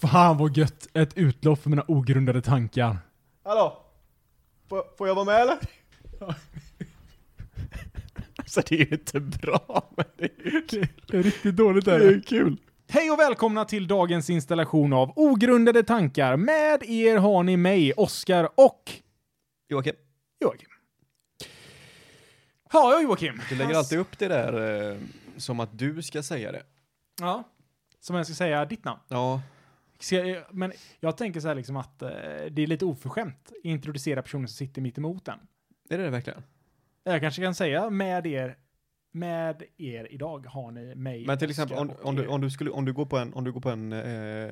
Fan vad gött! Ett utlopp för mina ogrundade tankar. Hallå? Får, får jag vara med eller? Alltså det är ju inte bra, men det är ju kul. Det är riktigt dåligt Det är ju kul. Hej och välkomna till dagens installation av Ogrundade tankar. Med er har ni mig, Oskar och Joakim, Joakim. Ja, jag Joakim. du lägger alltid upp det där eh, som att du ska säga det. Ja. Som jag ska säga ditt namn. Ja. Ska jag- Men jag tänker så här liksom att eh, det är lite oförskämt att introducera personen som sitter mitt emot en. Är det det verkligen? Jag kanske kan säga med er, med er idag har ni mig. Men till exempel om, Oskar, och om, du, er. om, du, skulle, om du går på en, om du går på en eh,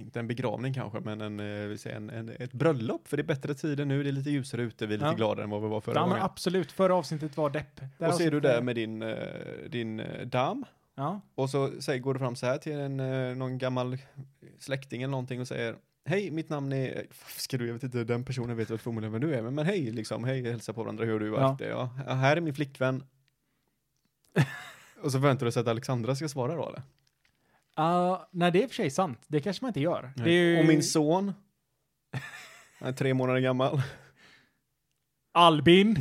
inte en begravning kanske, men en, eh, vi säger en, en, ett bröllop, för det är bättre tider nu, det är lite ljusare ute, vi är lite Ja. gladare än vad vi var förra ja, men gången. absolut. Förra avsnittet var depp. Det här Och så är du avsnittet- där med din, eh, din eh, dam, Ja. och så säger, går du fram så här till en, eh, någon gammal släkting eller någonting och säger Hej, mitt namn är... Ska du, jag vet inte, den personen vet väl förmodligen vem du är, men, men hej liksom, hej, hälsa på varandra, hur har du Ja. varit? det? Ja. ja, här är min flickvän. och så väntar du sig att Alexandra ska svara då eller? Ah, nej, det är i och för sig sant. Det kanske man inte gör. Det är ju... Och min son. Han är tre månader gammal. Albin.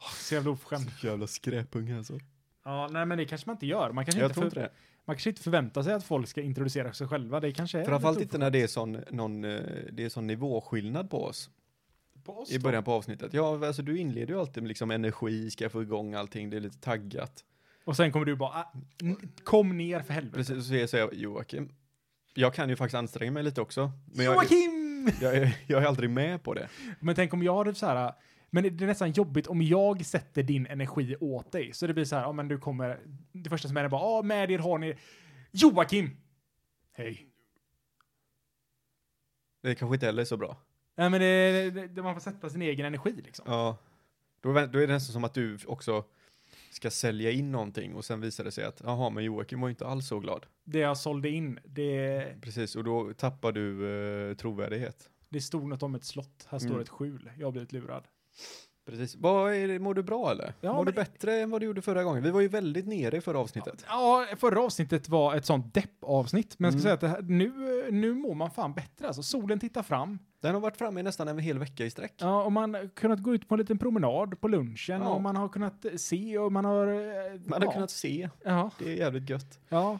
Åh, så jävla oförskämd. Jävla skräpunge alltså. Ja, nej, men det kanske man inte gör. Man kanske, Jag inte, tror för... inte det. man kanske inte förväntar sig att folk ska introducera sig själva. Det kanske är Framförallt lite inte när det är sån, någon, eh, det är sån nivåskillnad på oss. oförskämt. På oss I då? början på avsnittet. Ja, alltså du inleder ju alltid med liksom energi, ska få igång allting, det är lite taggat. Och sen kommer du bara, ah, n- kom ner för helvete. Precis, och så säger jag Joakim. Jag kan ju faktiskt anstränga mig lite också. Men jag, Joakim! jag, är- jag är aldrig med på det. Men tänk om jag hade så här, men det är nästan jobbigt om jag sätter din energi åt dig. Så det blir så här, ja men du kommer, det första som händer är bara, ja med er har ni Joakim! Hej. Det kanske inte heller är så bra. Nej men det, det, det, man får sätta sin egen energi liksom. Ja. Då, vä- då är det nästan som att du också ska sälja in någonting och sen visar det sig att jaha, men Joakim var ju inte alls så glad. Det jag sålde in, det, Precis, och då tappar du eh, trovärdighet. det stod något om ett slott, här står Mm. ett skjul, jag har blivit lurad. Precis. Vad är det, mår du bra eller? Ja, mår du men- bättre än vad du gjorde förra gången? Vi var ju väldigt nere i förra avsnittet. Ja, förra avsnittet var ett sånt deppavsnitt, men jag ska Mm. säga att det här, nu, nu mår man fan bättre alltså. Solen tittar fram, Den har varit framme i nästan en hel vecka i sträck. Ja, och man har kunnat gå ut på en liten promenad på lunchen Ja. och man har kunnat se och man har... Man har kunnat se. Ja, Det är jävligt gött. ja.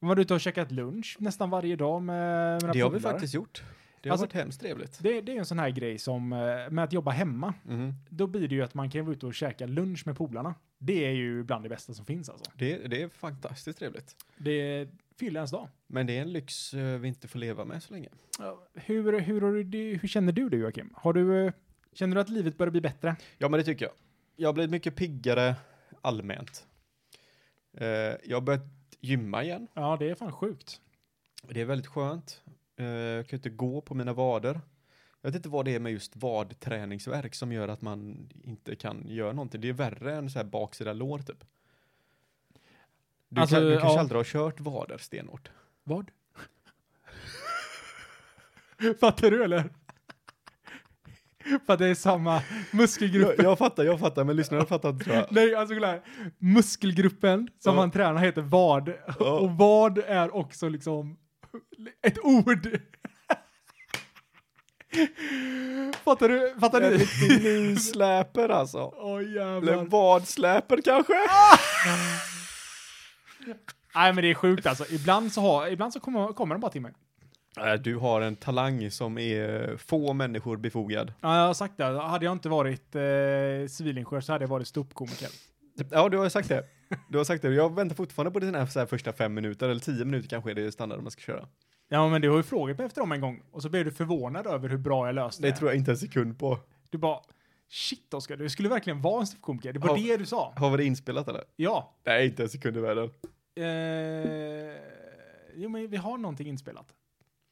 Man var ute och käkat lunch nästan varje dag med mina Det har vi polare. faktiskt gjort. Det har Alltså- varit hemskt trevligt. Det, det är ju en sån här grej som eh, med att jobba hemma. Mhm. Då blir det ju att man kan vara ute och käka lunch med polarna. Det är ju bland det bästa som finns alltså. Det, det är fantastiskt trevligt. Det fyller ens dag. Men det är en lyx eh, vi inte får leva med så länge. Ja, Hur, hur, har du, hur känner du det Joakim? Har du, eh, känner du att livet börjar bli bättre? Ja, men det tycker jag. Jag har blivit mycket piggare allmänt. Eh, jag har börjat gymma igen. Ja, det är fan sjukt. Det är väldigt skönt. Eh, jag kan inte gå på mina vader. Jag vet inte vad det är med just vadträningsverk som gör att man inte kan göra någonting. Det är värre än så här baksida lår typ. Du, Alltså, kan, du kanske ja. aldrig har kört vader stenhårt. Vad? Fattar du eller? För att det är samma muskelgrupp. Jag, jag fattar, jag fattar, men lyssnarna fattar inte tror jag. Nej, alltså kolla här. Muskelgruppen som Ja. han tränar heter vad. Ja. Och vad är också liksom ett ord. fattar du? Fattar En du? riktig nysläper alltså. Åh Eller jävlar. vadsläper kanske? Nej men det är sjukt alltså. Ibland så, har, ibland så kommer, kommer de bara till mig. Nej, Äh, Du har en talang som är få människor befogad. Ja, jag har sagt det. Hade jag inte varit eh, civilingenjör så hade jag varit ståuppkomiker. Ja, du har ju sagt det. Du har sagt det. Jag väntar fortfarande på dina så här första fem minuter, eller tio minuter kanske är det standard man ska köra. Ja, men du har ju frågat mig efter dem en gång och så blev du förvånad över hur bra jag löste det. Det tror jag inte en sekund på. Du bara, shit Oskar, du skulle verkligen vara en ståuppkomiker. Det var Ja. det du sa. Har vi det inspelat eller? Ja. Nej, inte en sekund i världen. Eh, jo, men vi har någonting inspelat.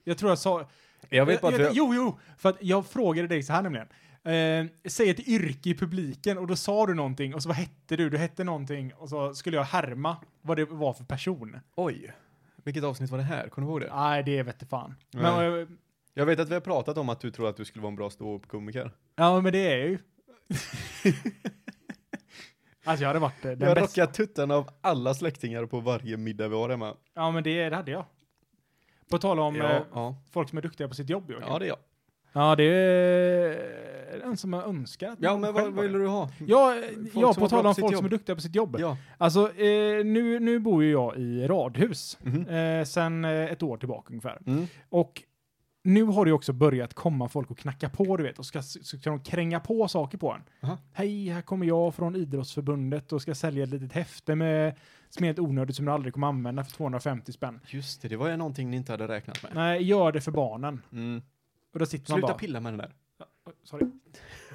Jag tror jag sa... Jag vet bara att vi har- Jo, jo! För att jag frågade dig så här nämligen. Eh, säg ett yrke i publiken och då sa du någonting och så vad hette du? Du hette någonting och så skulle jag härma vad det var för person. Oj. Vilket avsnitt var det här? Kommer du ihåg det? Nej, det vette fan. Nej. Men, eh, Jag vet att vi har pratat om att du tror att du skulle vara en bra ståuppkomiker. Ja, men det är jag ju. alltså jag hade varit eh, den Jag bästa. rockar tuttarna av alla släktingar på varje middag vi har hemma. Ja, men det, det hade jag. På tal om eh, ja, ja. folk som är duktiga på sitt jobb, Joakim. ja, det är jag. Ja, det är en som har önskat. Ja, men vad, vad vill du ha? Ja, Folk ja som på är bra tal på om sitt folk jobb. som är duktiga på sitt jobb. Ja. Alltså, eh, nu, nu bor ju jag i radhus Mhm. eh, sen eh, ett år tillbaka ungefär. Mm. Och nu har det ju också börjat komma folk och knacka på, du vet, och ska, ska de kränga på saker på en. Aha. Hej, här kommer jag från Idrottsförbundet och ska sälja ett litet häfte med, som är helt onödigt som du aldrig kommer använda för 250 spänn. Just det, det var ju någonting ni inte hade räknat med. Nej, gör det för barnen. Mm. Och då sitter man Sluta bara... pilla med den där. Oj, Sorry.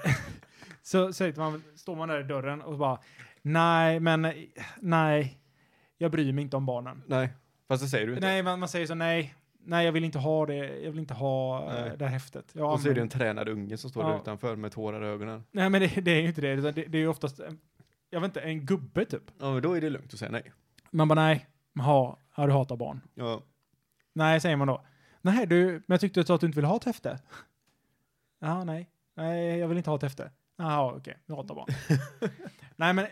så säger man, står man där i dörren och bara nej, men eh, nej, jag bryr mig inte om barnen. Nej, fast det säger du inte. Nej, man, man säger så nej, nej, jag vill inte ha det, jag vill inte ha eh, Nej. det här häftet. Jag Och så är det använder- en tränad unge som står Ja. där utanför med tårar i ögonen. Nej, men det, det är ju inte det, utan det, det är ju oftast, en- jag vet inte, en gubbe typ. Ja, men då är det lugnt att säga nej. Man bara nej, ha, ja, du hatar barn. Ja. Nej, säger man då. Nej, du, men jag tyckte du sa att du inte ville ha ett häfte. Ja, nej. Nej, jag vill inte ha ett häfte. Jaha, okej. Jag hatar barn. nej, men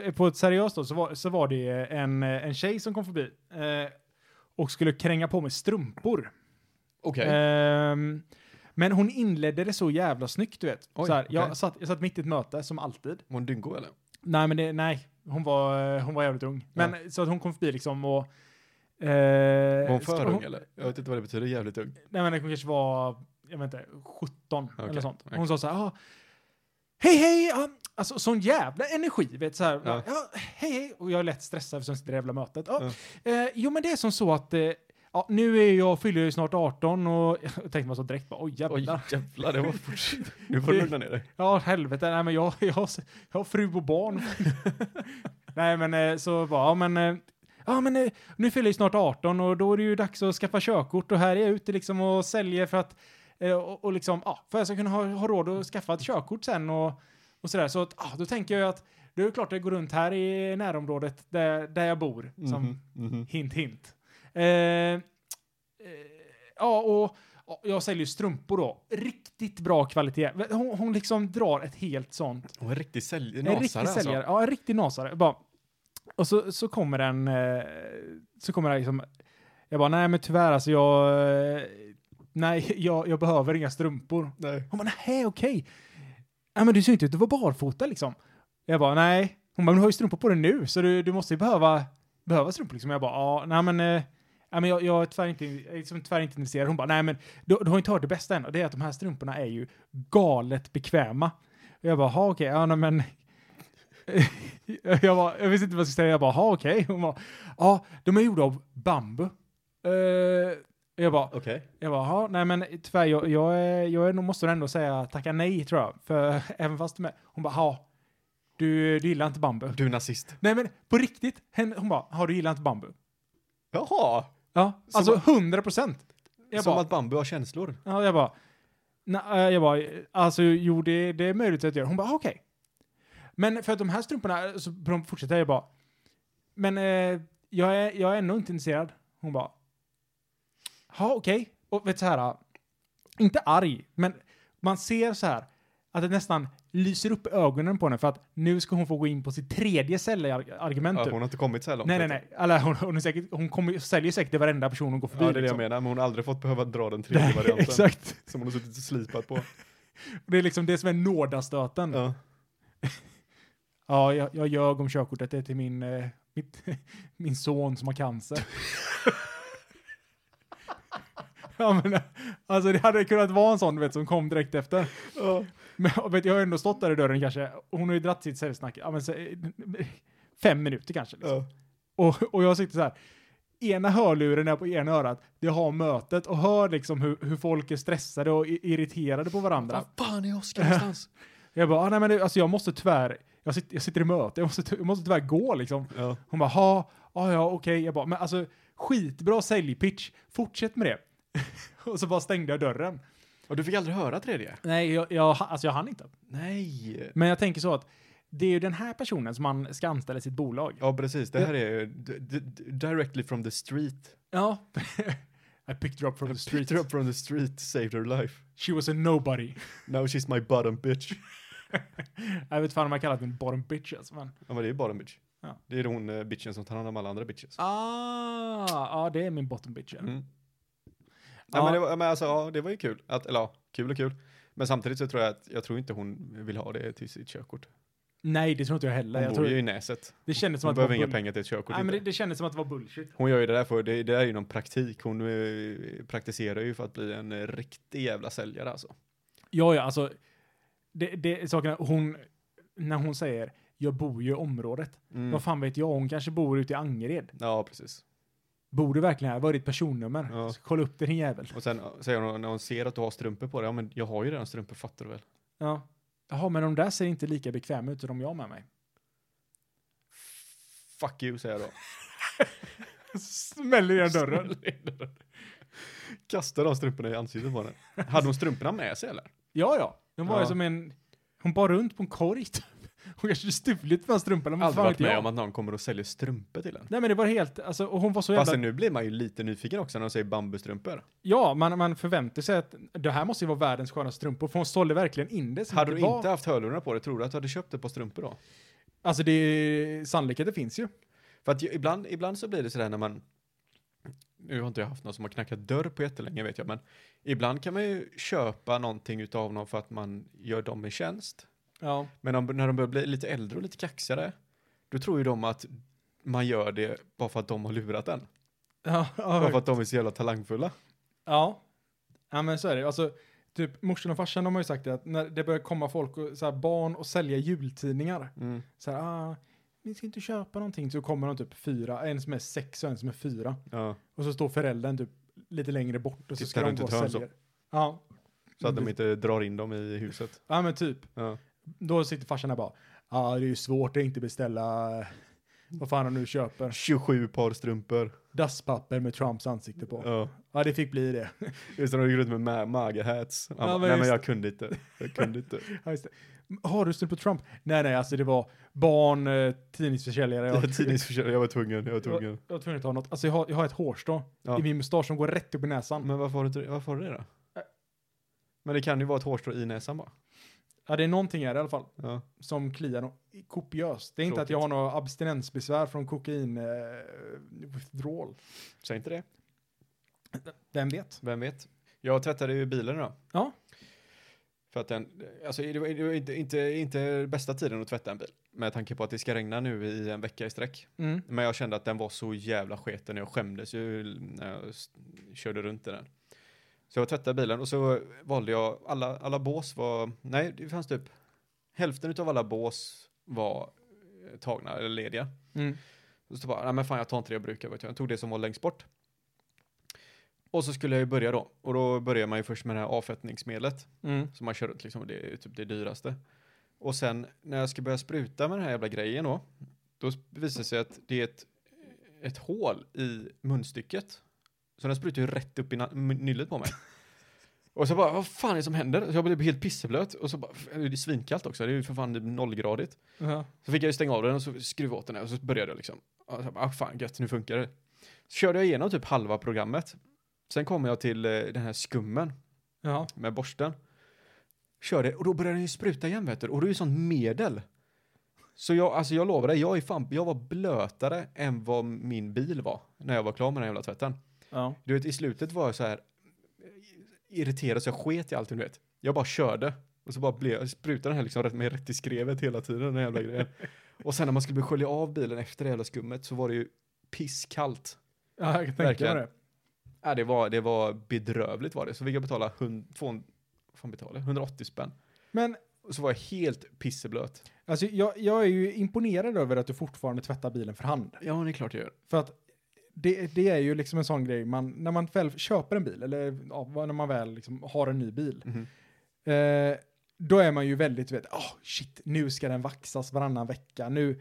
eh, på ett seriöst då så var, så var det en, en tjej som kom förbi eh, och skulle kränga på mig strumpor. Okej. Ehm, men hon inledde det så jävla snyggt, du vet. Oj, så här, jag, okej. satt, jag satt mitt i ett möte, som alltid. Var hon dyngo eh, eller? Nej, men det, nej. Hon var, hon var jävligt ung. Men så att hon kom förbi liksom och... Eh, Var hon för hon- ung eller? Jag vet inte vad det betyder, jävligt ung. Nej men hon kanske var, jag vet inte, 17 eller Okej, sånt. Hon okej. sa så här, ah, hej hej, ah, alltså sån jävla energi, vet så här, ja. Ja. hej hej, och jag är lätt stressad eftersom jag sitter i det jävla mötet. Ah, Ja. eh, jo men det är som så att, eh, ja, nu är jag, fyller jag ju snart 18 och jag tänkte man så direkt bara, oj Oj jävlar. jävlar, det var fort. Nu får du lugna ner dig. Ja helvete, nej men jag, jag, jag har fru och barn. nej men eh, så bara, ja men, eh, ja men eh, nu fyller jag ju snart 18 och då är det ju dags att skaffa körkort och här är jag ute liksom och säljer för att, eh, och, och liksom, ja, för att jag ska kunna ha, ha råd att skaffa ett körkort sen och, och sådär. Så att, ja, då tänker jag ju att, det är ju klart att jag går runt här i närområdet där, där jag bor. Som, Mhm, mhm. Hint, hint. Eh, eh, ja, och ja, jag säljer ju strumpor då. Riktigt bra kvalitet. Hon, hon liksom drar ett helt sånt. Hon är en riktig sälj- En nasare riktig alltså. säljare. Ja, en riktig nasare. Bara. Och så, så kommer den, eh, så kommer den liksom, jag bara nej men tyvärr alltså jag, eh, nej jag, jag behöver inga strumpor. Nej. Hon bara, nej okej. Nej men du ser ju inte ut att vara barfota liksom. Jag bara, nej. Hon bara, men du har ju strumpor på dig nu så du, du måste ju behöva, behöva strumpor liksom. Jag bara, ja, nej men, eh, nej, men jag, jag är tyvärr inte, jag är liksom tyvärr inte intresserad. Hon bara, nej men du, du har inte hört det bästa än och det är att de här strumporna är ju galet bekväma. Och jag bara, ha okej, ja nej, men. jag, bara, jag visste inte vad jag skulle säga, jag bara, ha okej. Hon bara, ja de är gjorda av bambu. Eh, jag bara, Okej. jag bara, "Jaha, nej men tyvärr, jag, jag, är, jag är, nog- måste ändå säga tacka nej tror jag. För även fast med, hon bara, ja, du, du gillar inte bambu. Du är nazist. Nej men på riktigt, hen- hon bara, har du gillar inte bambu? Jaha! Ja, Som alltså att- hundra procent. Jag Som bara, att bambu har känslor. ja, jag bara, nej, jag bara, alltså jo det, det är möjligt att jag gör. Hon bara, "Ah, okej. Men för att de här strumporna, eh, så de fortsätter jag bara, men eh, jag, är, jag är ändå inte intresserad. Hon bara, ja okej. Och vet så här, eh, inte arg, men man ser så här att det nästan lyser upp ögonen på henne för att nu ska hon få gå in på sitt tredje säljargument. Ja, typ. hon har inte kommit så här långt. Nej, nej, vet nej. Alla, hon, hon, är säkert, hon kommer, ju- säljer säkert till varenda person hon går du. förbi. Ja, det är det jag liksom. menar. Men hon har aldrig fått behöva dra den tredje varianten. Exakt. Mm. Som hon har suttit och slipat på. Det är liksom det som är nådastöten. Ja, Ja. jag, jag ljög om körkortet. Det är till min, eh, mitt, min son som har cancer. ja, men, eh, alltså det hade kunnat vara en sån du vet, som kom direkt efter. Men jag vet, jag har ändå stått där i dörren kanske. och Hon har ju dratt sitt säljsnack. Ja, men, så, eh, fem minuter kanske. Liksom. Ja. Och, och jag sitter så här. Ena hörluren är på ena örat, det har mötet och hör liksom hur, hur folk är stressade och i- irriterade på varandra. Var fan är Oskar någonstans? Jag bara, ah, nej men det, alltså jag måste tyvärr, jag sitter, jag sitter i möte, jag måste, ty- jag måste tyvärr gå liksom. Ja. Hon bara, ha, ah, ja okej, jag bara, men alltså skitbra säljpitch, fortsätt med det. och så bara stängde jag dörren. Och du fick aldrig höra tredje? Nej, jag, jag, alltså jag hann inte. Nej. Men jag tänker så att det är ju den här personen som man ska anställa i sitt bolag. Ja, precis. Det här är ju d- d- d- directly from the street. Ja. I picked her up from the street. Picked her up from the street, saved her life. She was a nobody. Now she's my bottom bitch. Jag vet fan om jag kallat min bottom bitch alltså, men. Ja, men det är bottom bitch. Ja. Det är hon eh, bitchen som tar hand om alla andra bitches. Ah, ja det är min bottom bitch. ja. Mm. Nej, Ja. men det, var, men alltså, ja, det var ju kul. Att, eller ja, kul och kul. Men samtidigt så tror jag att jag tror inte hon vill ha det till sitt körkort. Nej, det tror inte jag heller. Hon Jag bor ju tror, i Näset. det kändes som Hon att det var behöver inga bull- pengar till ett körkort. Nej, men inte. det, det kändes som att det var bullshit. Hon gör ju det där för, det, det är ju någon praktik. Hon eh, praktiserar ju för att bli en eh, riktig jävla säljare alltså. Ja, ja, alltså. Det, det är sakerna hon, när hon säger jag bor ju i området. Mm. Vad fan vet jag? Hon kanske bor ute i Angered. Ja, precis. Bor du verkligen här? Vad är ditt personnummer? Ja. Så Kolla upp det din jävel. Och sen eh, säger hon, när hon ser att du har strumpor på dig, ja men jag har ju redan strumpor fattar du väl? Ja. Jaha, men de där ser inte lika bekväma ut som de jag har med mig. Fuck you säger jag då. Smäller igen dörren. Smäller i dörren. Kastar de strumporna i ansiktet på henne. Hade hon strumporna med sig eller? Ja, ja. De var ju Ja. som en... Hon bar runt på en korg typ. Hon kanske stulit med strumporna. men Aldrig fan varit vet med jag. om att någon kommer och säljer strumpor till en. Nej, men det var helt... Alltså, och hon var så jävla... Fast nu blir man ju lite nyfiken också när de säger bambustrumpor. Ja, man, man förväntar sig att det här måste ju vara världens skönaste strumpor. För hon sålde verkligen in det. som Hade det du var- inte haft hörlurar på dig, tror du att du hade köpt ett par strumpor då? Alltså, det är... sannolikheten finns ju. För att ju- ibland, ibland så blir det sådär när man... Nu har inte jag haft någon som har knackat dörr på jättelänge vet jag, men ibland kan man ju köpa någonting utav någon för att man gör dem en tjänst. Ja. Men om, när de börjar bli lite äldre och lite kaxigare, då tror ju de att man gör det bara för att de har lurat en. Ja, Bara för att de är så jävla talangfulla. Ja. Ja men så är det. Alltså, typ morsan och farsan de har ju sagt det att när det börjar komma folk och så här, barn och sälja jultidningar. Så här, ah, ni ska inte köpa någonting. Så kommer de typ fyra, en som är sex och en som är fyra. Ja. Och så står föräldern typ lite längre bort och så Tittar ska de Typ runt gå och ett hörn så. sälja. Ja. Så Mm. att de inte drar in dem i huset. ja men typ. Ja. Då sitter farsan där bara, ja ah, det är ju svårt att inte beställa vad fan han nu köper. 27 par strumpor. Dasspapper med Trumps ansikte på. Ja. Ja det fick bli det. Just det, de gick runt med ma- magehats. Han Ja, bara, men Nej men just jag kunde inte. Jag kunde inte. Ja, just det. Har du stött på Trump? Nej, nej, alltså det var barn, eh, tidningsförsäljare. Jag var Jag, tidningsförsäljare, jag var tvungen, jag var jag, tvungen. var tvungen att ta något. Alltså jag har, jag har ett hårstrå Ja. i min mustasch som går rätt upp i näsan. Men varför har, du, inte- varför har du det då? Men det kan ju vara ett hårstrå i näsan bara. Ja, det är någonting här i alla fall Ja. som kliar no- kopiöst. Det är inte att Tråkigt. jag har några abstinensbesvär från kokain eh, withdrawal. Säg inte det, Vem vet? vem vet. Jag tvättade ju bilen då. Ja. För att den, alltså det var, det var inte, inte, inte bästa tiden att tvätta en bil. Med tanke på att det ska regna nu i en vecka i sträck. Mm. Men jag kände att den var så jävla sketen. Jag skämdes ju när jag s- körde runt i den. Så jag tvättade bilen och så valde jag, alla, alla bås var, nej det fanns typ, hälften av alla bås var eh, tagna eller lediga. Mm. Och så bara, nej men fan jag tar inte det jag brukar, vet jag. jag tog det som var längst bort. Och så skulle jag ju börja då, och då börjar man ju först med det här avfettningsmedlet Mm. som man kör runt liksom, och det är ju typ det dyraste. Och sen när jag ska börja spruta med den här jävla grejen då, då visar det sig att det är ett, ett hål i munstycket. Så den sprutar ju rätt upp i na- m- nyllet på mig. Och så bara, vad fan är det som händer? Så jag blev helt pisseblöt. Och så bara, f- det är svinkallt också, det är ju för fan typ nollgradigt. Ja. Så fick jag ju stänga av den och så skruva åt den här och så började jag liksom. Och så bara, ah, fan gött, nu funkar det. Så körde jag igenom typ halva programmet. Sen kommer jag till eh, den här skummen Ja. med borsten. Körde och då började den ju spruta igen vet du. Och det är ju sånt medel. Så jag, alltså jag lovar dig, jag är fan, jag var blötare än vad min bil var när jag var klar med den jävla tvätten. Ja. Du vet, i slutet var jag så här irriterad så jag sket i allting, du vet. Jag bara körde. Och så bara blev, sprutade den här liksom rätt, med rätt i skrevet hela tiden, den här jävla grejen. Och sen när man skulle börja skölja av bilen efter det hela skummet så var det ju pisskallt. ja, jag kan tänka mig Verkligen. det. Äh, det, var, det var bedrövligt var det. Så fick jag betala 100, 200, vad fan betalade jag? 180 spänn. Men Och så var jag helt pisseblöt. alltså, jag, jag är ju imponerad över att du fortfarande tvättar bilen för hand. Ja, det är klart jag gör. För att det, det är ju liksom en sån grej, man, när man väl köper en bil, eller ja, vad- när man väl liksom har en ny bil, Mhm. eh, då är man ju väldigt, vet, oh, shit, nu ska den vaxas varannan vecka, nu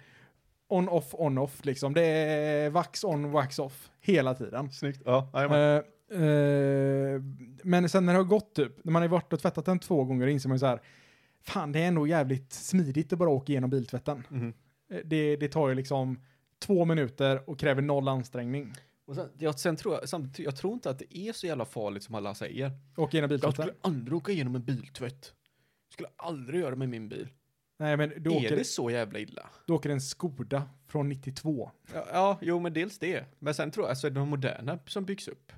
on off, on off, liksom. Det är vax on, wax off, hela tiden. Snyggt. Ja, jajamän. Eh, eh, men sen när det har gått typ, när man har varit och tvättat den två gånger, inser man ju så här, fan det är nog jävligt smidigt att bara åka igenom biltvätten. Mhm. Eh, Det, det tar ju liksom två minuter och kräver noll ansträngning. Och sen, jag, sen tror jag, samt, jag tror inte att det är så jävla farligt som alla säger. Åka igenom Jag biltvätten? skulle aldrig åka igenom en biltvätt. Skulle aldrig göra med min bil. Nej, men du är åker, det så jävla illa? du åker en Skoda från 92. Ja, ja, jo, men dels det. Men sen tror jag, alltså de moderna som byggs upp.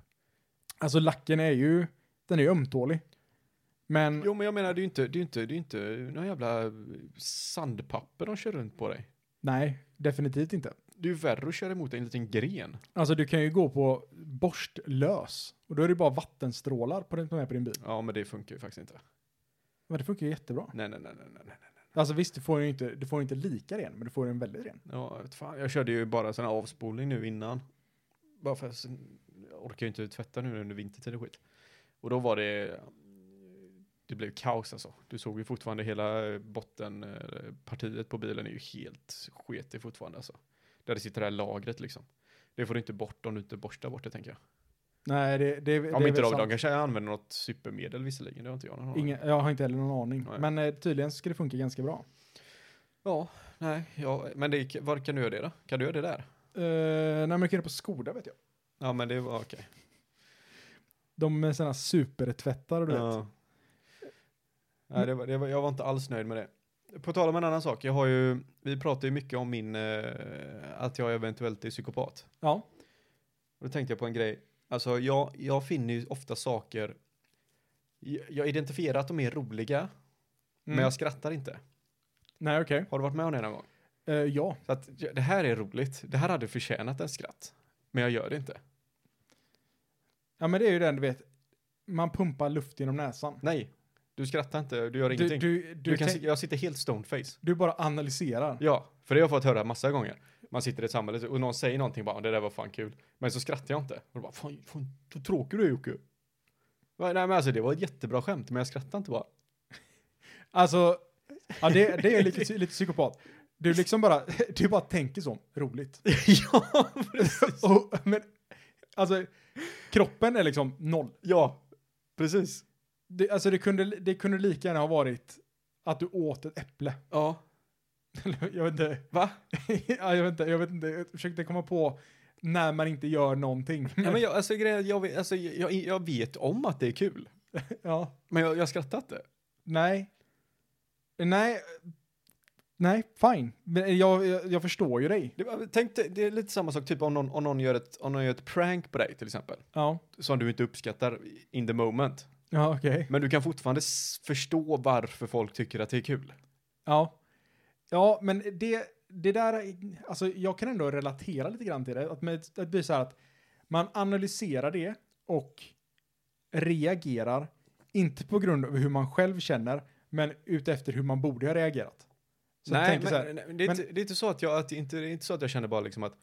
Alltså lacken är ju, den är ju ömtålig. Men, Jo, men jag menar, det är ju inte, det är ju inte, det är ju inte några jävla sandpapper de kör runt på dig. nej, definitivt inte. Det är ju värre att köra emot en liten gren. Alltså du kan ju gå på borstlös och då är det ju bara vattenstrålar på den som är på din bil. Ja, men det funkar ju faktiskt inte. Men det funkar ju jättebra. Nej, nej, nej, nej, nej. nej. Alltså visst, du får ju inte, du får ju inte lika ren, men du får en väldigt ren. Ja, vet fan. Jag körde ju bara sån här avspolning nu innan. Bara för att sen- jag orkar ju inte tvätta nu under vintertid och skit. Och då var det, det blev kaos alltså. Du såg ju fortfarande hela bottenpartiet på bilen är ju helt sketig fortfarande alltså. Där det sitter det här lagret liksom. Det får du inte bort om du inte borstar bort det tänker jag. Nej, det, det, det är Om väl inte de, sant. de kanske använder något supermedel visserligen, det har inte jag någon aning om. Ingen, jag har inte heller någon aning. Nej. Men eh, tydligen ska det funka ganska bra. Ja, nej, ja, men det, var kan du göra det då? Kan du göra det där? Uh, nej, men jag kan göra på Skoda vet jag. Ja, men det var okej. De med sina supertvättar, du vet. Ja. Nej, det var, det var, jag var inte alls nöjd med det. På tal om en annan sak, jag har ju, vi pratar ju mycket om min, eh, att jag eventuellt är psykopat. Ja. Och då tänkte jag på en grej, alltså jag, jag finner ju ofta saker, jag, jag identifierar att de är roliga, Mm. men jag skrattar inte. Nej, okej. Har du varit med om det någon gång? Eh, ja. Så att, ja, det här är roligt, det här hade förtjänat en skratt, men jag gör det inte. Ja, men det är ju den, du vet. Man pumpar luft genom näsan. Nej, du skrattar inte, du gör Du, ingenting. Du, du, du, kan, tänk- si- jag sitter helt stoneface. du bara analyserar. Ja, för det har jag fått höra massa gånger. Man sitter i ett samhälle och någon säger någonting bara, det där var fan kul. Men så skrattar jag inte. Och då bara, fan, fan så tråkig du är Jocke. Va, Nej men alltså det var ett jättebra skämt, men jag skrattar inte bara. Alltså, ja, det, det är lite, lite psykopat. Du liksom bara, du bara tänker så, roligt. ja, precis. Och, men, alltså, kroppen är liksom noll. ja, precis. Det, alltså det kunde, det kunde lika gärna ha varit att du åt ett äpple. Ja. Eller, jag vet inte, Va? ja, jag vet inte, jag vet inte, jag försökte komma på när man inte gör någonting. Nej men jag, alltså, grejen, jag, vet- alltså, jag, jag vet om att det är kul. ja, Men jag, jag skrattar inte. nej. Nej, nej, fine. Men jag, jag, jag förstår ju dig. Det, var- tänk dig, det är lite samma sak, typ om någon, om, någon gör ett, om någon gör ett prank på dig till exempel. Ja, Som du inte uppskattar in the moment. ja okej. Men du kan fortfarande s- förstå varför folk tycker att det är kul. Ja. Ja, men det, det där, alltså jag kan ändå relatera lite grann till det. Att, med, att det blir så här att man analyserar det och reagerar, inte på grund av hur man själv känner, men utefter hur man borde ha reagerat. Så jag nej, tänker men, så här, nej, men det, är men- inte, det är inte så att jag, att det inte, det är inte så att jag känner bara liksom att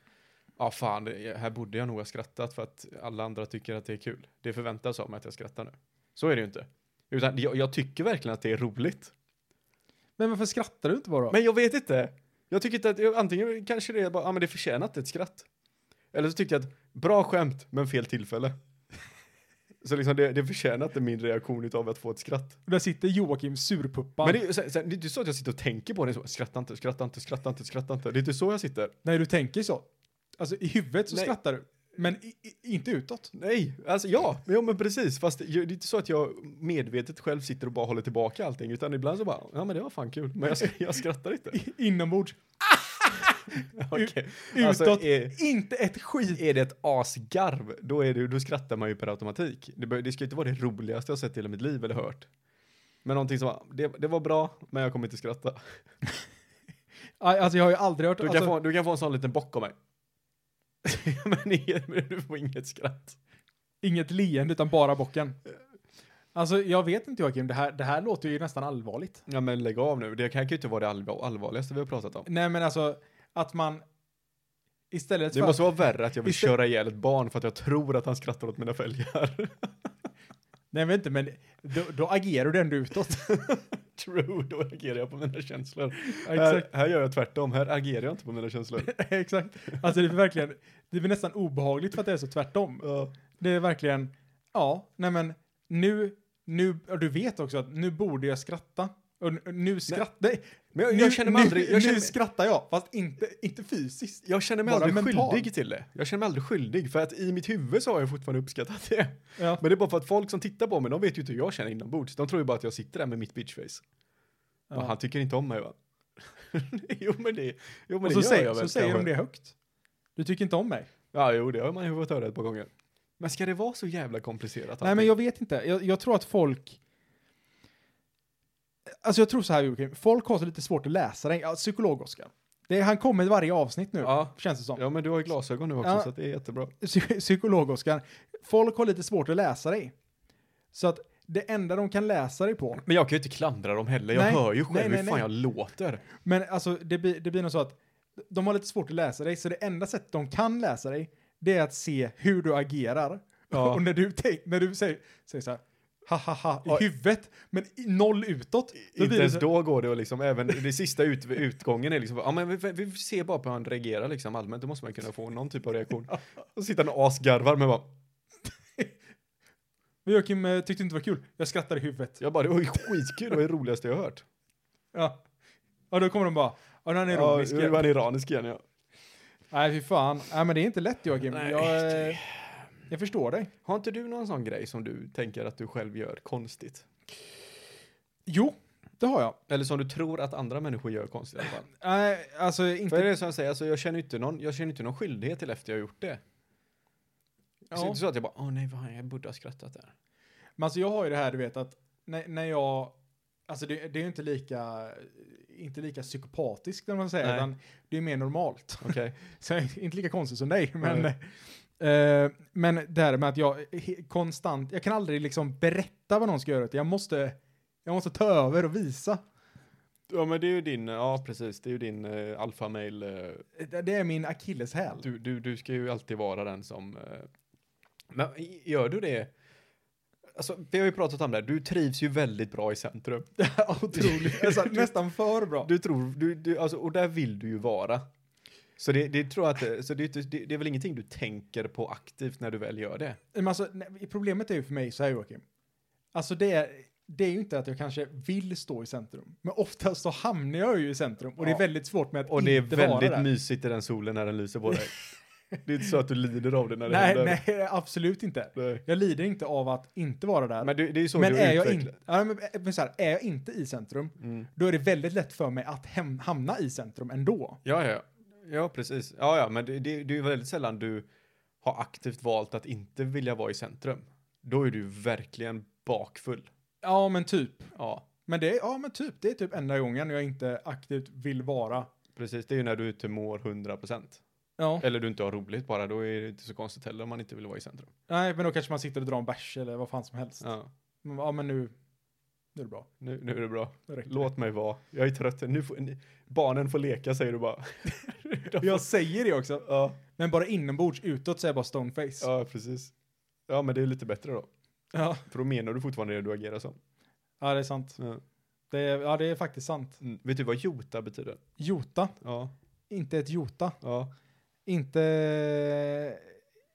ja ah, fan, det, här borde jag nog ha skrattat för att alla andra tycker att det är kul. Det förväntas av mig att jag skrattar nu. Så är det ju inte. Utan jag, jag tycker verkligen att det är roligt. men varför skrattar du inte bara? Men jag vet inte. Jag tycker inte att, jag, antingen kanske det är bara, ja ah, men det förtjänat ett skratt. Eller så tycker jag att, bra skämt, men fel tillfälle. Så liksom det, det förtjänar inte min reaktion utav att få ett skratt. Där sitter Joakim surpuppad. Men det, är ju- sen, sen, det är inte så att jag sitter och tänker på det så, skratta inte, skratta inte, skratta inte, skratta inte. Det är inte så jag sitter. Nej, du tänker så. Alltså i huvudet så Nej. skrattar du, men i, i, inte utåt. Nej, alltså ja, men, ja, men precis. Fast det, det är inte så att jag medvetet själv sitter och bara håller tillbaka allting, utan ibland så bara, ja men det var fan kul, men jag, jag skrattar inte. I, inombords, Okej. utåt, Alltså, är, inte ett skit. är det ett asgarv, då, är det, då skrattar man ju per automatik. Det, bör, det ska ju inte vara det roligaste jag sett i hela mitt liv eller hört. Men någonting som, var- det, det var bra, men jag kommer inte skratta. Aj, Alltså jag har ju aldrig hört... Du kan, alltså, få, du kan få en sån liten bock av mig. men, inget, men du får inget skratt. Inget leende utan bara bocken. Alltså jag vet inte Joakim, det här, det här låter ju nästan allvarligt. Ja men lägg av nu, det kan ju inte vara det allvar, allvarligaste vi har pratat om. Nej men alltså att man istället Det för, måste vara värre att jag vill Istä- köra ihjäl ett barn för att jag tror att han skrattar åt mina fälgar. nej men inte men då, då agerar du ändå utåt. True, då agerar jag på mina känslor. Här, exakt. här gör jag tvärtom, här agerar jag inte på mina känslor. exakt. Alltså det är verkligen, det blir nästan obehagligt för att det är så tvärtom. Ja. Det är verkligen, ja, nej men nu, nu, och du vet också att nu borde jag skratta. Och nu- nu skrattar, nej, Men jag, nu, jag känner mig nu- aldrig, jag nu känner, skrattar jag, fast inte, inte fysiskt. jag känner mig bara aldrig mental. skyldig till det. Jag känner mig aldrig skyldig för att i mitt huvud så har jag fortfarande uppskattat det. Ja. Men det är bara för att folk som tittar på mig, de vet ju inte hur jag känner inombords. De tror ju bara att jag sitter där med mitt bitchface. Ja. Och han tycker inte om mig va? jo men det, jo, men Och det så, gör säger, jag väl. så säger de kanske. det högt. Du tycker inte om mig. Ja jo det har man ju fått höra ett par gånger. Men ska det vara så jävla komplicerat? Nej, men jag vet inte. Jag, jag tror att folk... Alltså jag tror så här, Joakim. Folk har så lite svårt att läsa den. Ja, psykolog Oskar. Det är- Han kommer i varje avsnitt nu, Ja. känns det som. Ja, men du har ju glasögon nu också, Ja. så att det är jättebra. Psy- psykolog Oskar. Folk har lite svårt att läsa dig. Så att det enda de kan läsa dig på, Men jag kan ju inte klandra dem heller. Jag Nej. hör ju själv Nej, nej, hur fan nej. jag låter. men alltså det, blir- det blir nog så att de har lite svårt att läsa dig, så det enda sättet de kan läsa dig, det är att se hur du agerar. Ja. Och när du, tänk, när du säger, säger så här, ha ha ha, i Ja. huvudet, men i- noll utåt. Då Inte blir det ens så, då går det att liksom, även det sista ut, utgången är liksom, ja men vi, vi ser bara på hur han reagerar liksom allmänt, då måste man kunna få någon typ av reaktion. Och sitter han och asgarvar men bara, Men Joakim eh, tyckte inte det var kul, jag skrattar i huvudet. jag bara det var ju skitkul, det var det roligaste jag hört. Ja. Och då kommer de bara, ja nu är han Ja, ironisk. nu var han ironisk igen ja. Nej fy fan, nej men det är inte lätt Joakim. Nej, jag, eh, jag förstår dig. Har inte du någon sån grej som du tänker att du själv gör konstigt? Jo, det har jag. Eller som du tror att andra människor gör konstigt i alla fall? Nej, alltså För det inte... är som jag säger, alltså, jag, känner ju inte någon, jag känner inte någon skyldighet till efter jag har gjort det. Så det är Ja. inte så att jag bara, åh nej, vad, jag borde ha skrattat där. Men alltså jag har ju det här du vet att när, när jag... Alltså det, det är ju inte lika, inte lika psykopatiskt när man säger Nej. utan det är mer normalt. Okej. Så jag är inte lika konstigt som dig, men... Eh, men det här med att jag he- konstant, jag kan aldrig liksom berätta vad någon ska göra utan jag måste, jag måste ta över och visa. Ja men det är ju din, ja precis, det är ju din eh, alfamail. Eh, Det det är min akilleshäl. du, du, du ska ju alltid vara den som... Eh, men gör du det? Alltså, vi har ju pratat om det här, du trivs ju väldigt bra i centrum. Otroligt. Alltså, nästan för bra. Du tror, du, du, alltså, och där vill du ju vara. Så det, det tror jag att, det- så det, är inte- det, det är väl ingenting du tänker på aktivt när du väl gör det? Men alltså, nej, problemet är ju för mig så här Joakim. Alltså det är, det är ju inte att jag kanske vill stå i centrum. Men oftast så hamnar jag ju i centrum. Och det Ja. är väldigt svårt med att Och inte det är vara väldigt där. mysigt i den solen när den lyser på dig. det är inte så att du lider av det när det händer. Nej, nej, absolut inte. Nej. Jag lider inte av att inte vara där. Men, Men det, det är ju så du är, jag utvecklar- in, ja, men, eh, men så här, är jag inte i centrum, Mm. då är det väldigt lätt för mig att hem, hamna i centrum ändå. Ja, ja, ja, precis. Ja, ja, men det, det, det är ju väldigt sällan du har aktivt valt att inte vilja vara i centrum. Då är du verkligen bakfull. Ja, men typ. Ja, Men det är, ja, men typ, det är typ enda gången jag inte aktivt vill vara. precis. Det är ju när du inte mår 100 procent. Ja. Eller du inte har roligt bara. Då är det inte så konstigt heller om man inte vill vara i centrum. Nej, men då kanske man sitter och drar en bärs eller vad fan som helst. Ja, Men, ja, men nu, nu är det bra. nu, nu är det bra. Nu räcker det. Låt mig vara. Jag är trött. Nu får, ni, barnen får leka säger du bara. Jag säger det också. ja, Men bara inombords, utåt säger jag bara stoneface. ja, precis. Ja, men det är lite bättre då. Ja. För då menar du fortfarande det du agerar som. ja, det är sant. Ja. Det är, ja, det är faktiskt sant. Mm. Vet du vad jota betyder? Jota, Ja, inte ett jota. ja. Inte,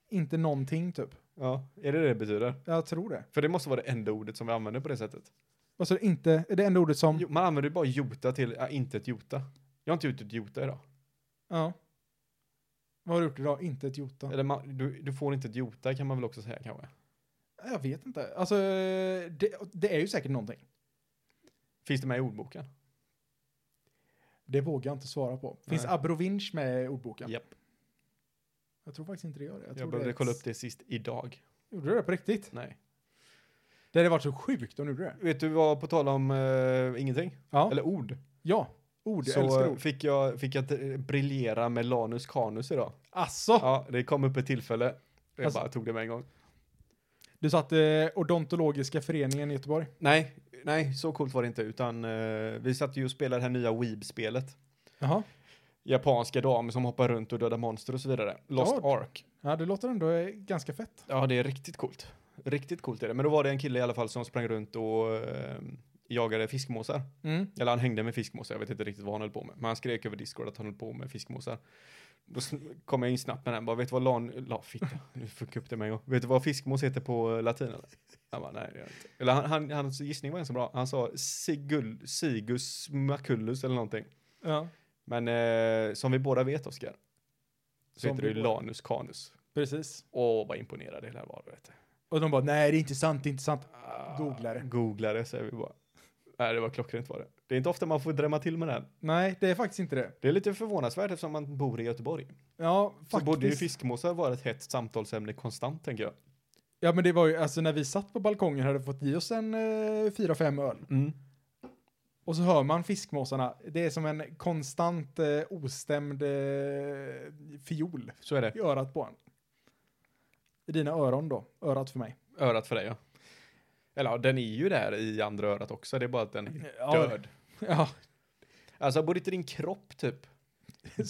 inte någonting typ. Ja, är det det det betyder? Jag tror det. För det måste vara det enda ordet som vi använder på det sättet. Alltså inte, är det enda ordet som... Jo, man använder ju bara jota till, ja, inte ett jota. Jag har inte gjort ett jota idag. Ja. Vad har du gjort idag? Inte ett jota. Eller man, du, du får inte ett jota kan man väl också säga kanske. Jag vet inte. Alltså, det, det är ju säkert någonting. Finns det med i ordboken? Det vågar jag inte svara på. Finns Nej. abrovinch med i ordboken? Japp. Jag tror faktiskt inte det gör det. Jag, tror är behövde ett- kolla upp det sist idag. Gjorde du det på riktigt? Nej. Det hade varit så sjukt om du gjorde det. Vet du vad, på tal om eh, ingenting, Ja. eller ord, ja. Ord, jag älskar så ord. fick jag, fick jag eh, briljera med lanus canus idag. Asså! Ja, det kom upp ett tillfälle. Jag Alltså- bara tog det med en gång. Du satt eh, Odontologiska föreningen i Göteborg. Nej, nej, så coolt var det inte, utan eh, vi satt ju och spelade det här nya Weeb-spelet. Jaha. japanska damer som hoppar runt och dödar monster och så vidare. Lost Ja. Ark. Ja, det låter ändå eh, ganska fett. Ja, det är riktigt coolt. Riktigt coolt är det. Men då var det en kille i alla fall som sprang runt och eh, jagade fiskmåsar. Mm. Eller han hängde med fiskmåsar, jag vet inte riktigt vad han höll på med. Men han skrek över Discord att han höll på med fiskmåsar. Då sn- kom jag in snabbt med den, bara vet du vad lan... La, fitta, nu fuckade jag upp det med en gång. Vet du vad fiskmås heter på eh, latin eller? Han bara, nej det gör jag inte. Eller han, han, hans gissning var inte så bra. Han sa sigul, sigus macullus eller någonting. Ja, Men eh, som vi båda vet, Oskar, så Som heter det vi ju båda- Lanus Canus. precis. Åh, vad imponerad det där var, vet du. Och de bara, nej det är inte sant, det är inte sant. Ah, Googla det. Googla det, säger vi bara. Nej, det var klockrent var det. Det är inte ofta man får drämma till med den. Nej, det är faktiskt inte det. Det är lite förvånansvärt eftersom man bor i Göteborg. Ja, Så borde ju faktiskt. fiskmåsar vara ett hett samtalsämne konstant, tänker jag. Ja men det var ju, alltså när vi satt på balkongen hade fått i oss en eh, fyra, fem öl. Mm. Och så hör man fiskmåsarna. Det är som en konstant eh, ostämd eh, fiol Så är det. i örat på en. I dina öron då, örat för mig. Örat för dig ja. Eller ja, den är ju där i andra örat också. Det är bara att den är död. Ja, Alltså borde inte din kropp typ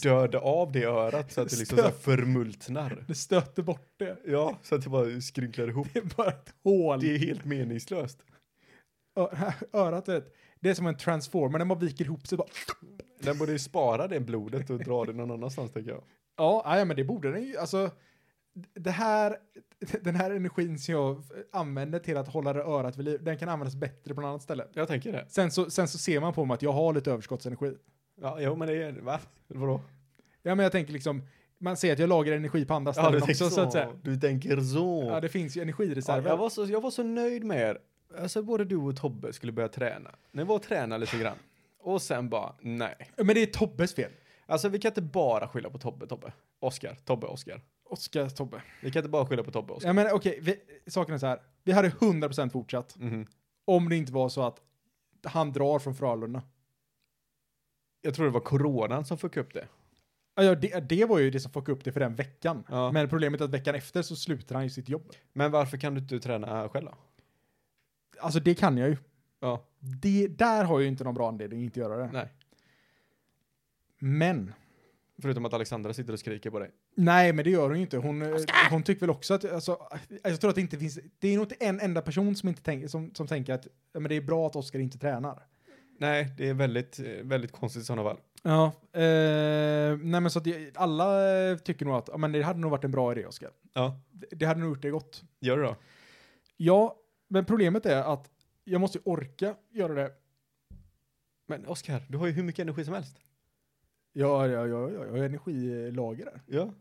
död av det örat så att det liksom så här förmultnar? det stöter bort det. Ja, så att det bara skrynklar ihop. Det är bara ett hål. Det är helt meningslöst. Ö- örat är ett, det är som en transformer, när man viker ihop sig bara. Den borde ju spara det blodet och dra det någon annanstans tänker jag. Ja, nej, men det borde den ju, alltså. Det här, den här energin som jag använder till att hålla det örat vid liv, den kan användas bättre på något annat ställe. Jag tänker det. Sen så, sen så ser man på mig att jag har lite överskottsenergi. Ja, jo men det är, va? Vadå? Ja, men jag tänker liksom, man ser att jag lagrar energi på andra ställen också, så. att säga. Du tänker så. Ja, det finns ju Ja, energireserver. jag, var så, jag var så nöjd med er. Alltså både du och Tobbe skulle börja träna. Ni var och tränade lite grann. Och sen bara, nej. Men det är Tobbes fel. Alltså vi kan inte bara skylla på Tobbe, Tobbe. Oskar, Tobbe, Oskar. Oskar, Tobbe. Vi kan inte bara skylla på Tobbe, Oskar. Ja, men okej, vi- saken är så här. Vi hade 100% fortsatt Mhm. om det inte var så att han drar från Frölunda. Jag tror det var coronan som fuckade upp det. Ja, Ja, det, det var ju det som fuckade upp det för den veckan. Ja. Men problemet är att veckan efter så slutar han ju sitt jobb. Men varför kan du inte träna själv då? Alltså det kan jag ju. Ja, Det, där har jag ju inte någon bra anledning att inte göra det. nej. Men. Förutom att Alexandra sitter och skriker på dig. Nej, men det gör hon ju inte. Hon, eh, hon tycker väl också att, alltså, jag tror att det inte finns, det är nog inte en enda person som, inte tänker, som, som tänker att ja, men det är bra att Oskar inte tränar. Nej, det är väldigt, eh, väldigt konstigt i sådana fall. Ja, eh, nej men så att jag- alla eh, tycker nog att ja, men det hade nog varit en bra idé, Oskar. Ja, Det- Det hade nog gjort dig gott. gör det då. Ja, men problemet är att jag måste ju orka göra det. Men Oskar, du har ju hur mycket energi som helst. Ja, ja, ja, ja jag har energilager där. Ja.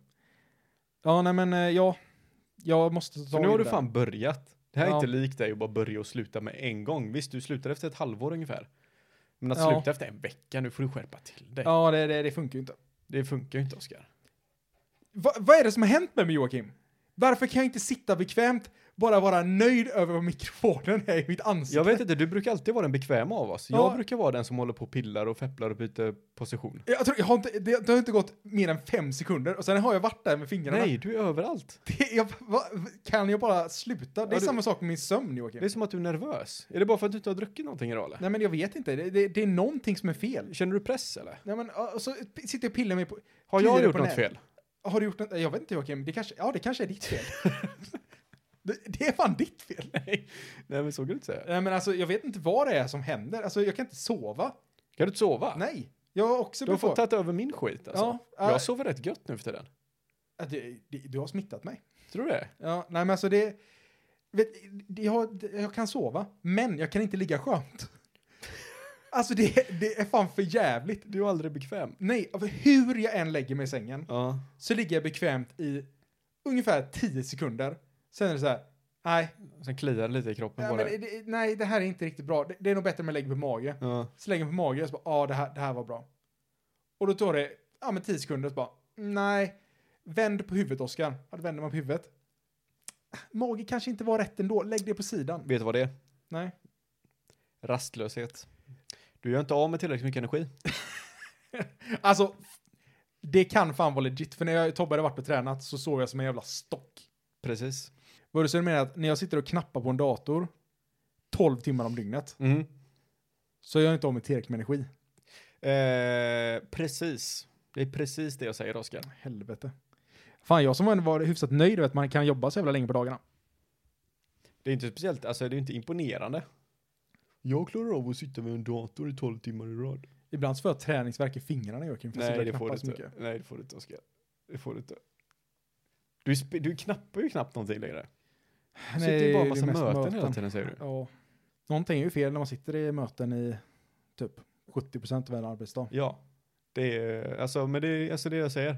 Ja, nej men eh, ja, jag måste ta Så nu tag i har du det. fan börjat. Det här är Ja. inte likt dig att bara börja och sluta med en gång. Visst, du slutar efter ett halvår ungefär. Men att Ja. sluta efter en vecka, nu får du skärpa till dig. Ja, det, det, det funkar ju inte. Det funkar ju inte, Oskar. Va, vad är det som har hänt med mig Joakim? Varför kan jag inte sitta bekvämt, bara vara nöjd över vad mikrofonen är i mitt ansikte? Jag vet inte, du brukar alltid vara den bekväma av oss. Jag Ja. brukar vara den som håller på och pillar och fepplar och byter position. Jag tror, jag har inte, det, det har inte gått mer än fem sekunder och sen har jag varit där med fingrarna. Nej, du är överallt. Det, jag, va, kan jag bara sluta? Det är Ja, du- samma sak med min sömn Joakim. Det är som att du är nervös. Är det bara för att du inte har druckit någonting idag eller? Nej men jag vet inte, det, det, det är någonting som är fel. Känner du press eller? Nej men och så sitter jag och pillar mig på... Har kliar jag det gjort på något nät. fel? Har du gjort något? Jag vet inte Joakim, det kanske, ja det kanske är ditt fel. det, det är fan ditt fel. Nej. Nej, men så kan du inte säga. Nej men alltså jag vet inte vad det är som händer. Alltså jag kan inte sova. Kan du inte sova? Nej, jag har också Du har blivit fått ta över min skit alltså. Ja, äh. jag sover rätt gött nu för tiden. Att det, det, du har smittat mig. Tror du det? Ja, nej men alltså det... Vet, det jag, det- jag kan sova, men jag kan inte ligga skönt. Alltså det, det är fan för jävligt. Du är aldrig bekväm. Nej, av hur jag än lägger mig i sängen Ja. så ligger jag bekvämt i ungefär 10 sekunder. Sen är det så här, nej, Sen kliar det lite i kroppen nej, på men dig. det, nej det här är inte riktigt bra. Det, det är nog bättre om jag lägger mig på mage. Ja. Så lägger jag mig på mage och så bara, ja ah, det, här, det här var bra. Och då tar det, ja men 10 sekunder och så bara, nej. Vänd på huvudet Oskar. Ja, då vänder man på huvudet. Mage kanske inte var rätt ändå, lägg det på sidan. Vet du vad det är? Nej. Rastlöshet. Du gör inte av med tillräckligt mycket energi. Alltså, det kan fan vara legit. För när jag, Tobbe hade varit och tränat så såg jag som en jävla stock. Precis. Vad du säger menar att när jag sitter och knappar på en dator 12 timmar om dygnet Mm. så gör jag inte av med tillräckligt med energi. Eh, precis. Det är precis det jag säger, Oskar. Helvete. Fan, jag som ändå var hyfsat nöjd över att man kan jobba så jävla länge på dagarna. Det är inte speciellt, alltså det är inte imponerande. Jag klarar av att sitta vid en dator i 12 timmar i rad. Ibland så får jag träningsvärk i fingrarna Joakim. för att sitta Nej, och det knappa får så du inte. Nej, det får du inte, Oskar. Det får du inte. Du, sp- du knappar ju knappt någonting längre. Du sitter ju bara det är i massa mest möten, hela tiden, säger du. Ja. Någonting är ju fel när man sitter i möten i typ 70% av en arbetsdag. Ja, det är, alltså, men det är alltså det jag säger.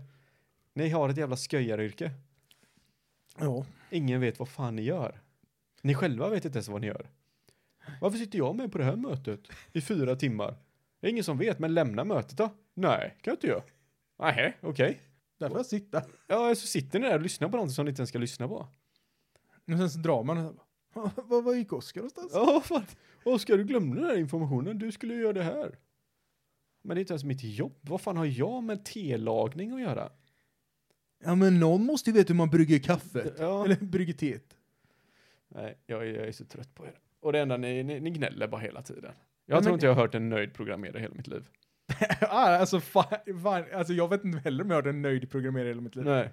Ni har ett jävla sköjaryrke. Ja. Ingen vet vad fan ni gör. Ni själva vet inte ens vad ni gör. Varför sitter jag med på det här mötet i fyra timmar? Det är ingen som vet, men lämna mötet då. Nej, kan jag inte göra. Nej, okej. alltså, Där får jag sitta. Ja, så sitter ni där och lyssnar på någonting som ni inte ens ska lyssna på. Men sen så drar man och så bara, vad, vad gick Oskar någonstans? Ja, fan. Oskar, du glömde den här informationen. Du skulle ju göra det här. Men det är inte ens mitt jobb. Vad fan har jag med telagning att göra? Ja men någon måste ju veta hur man brygger kaffet. Ja. Eller brygger teet. Nej, jag, är- jag är så trött på er. Och det enda ni, ni, ni gnäller bara hela tiden. Jag men- tror inte jag har hört en nöjd programmerare hela mitt liv. ah, alltså, fan, fan, alltså jag vet inte heller om jag hörde en nöjd programmerare hela mitt liv. Nej.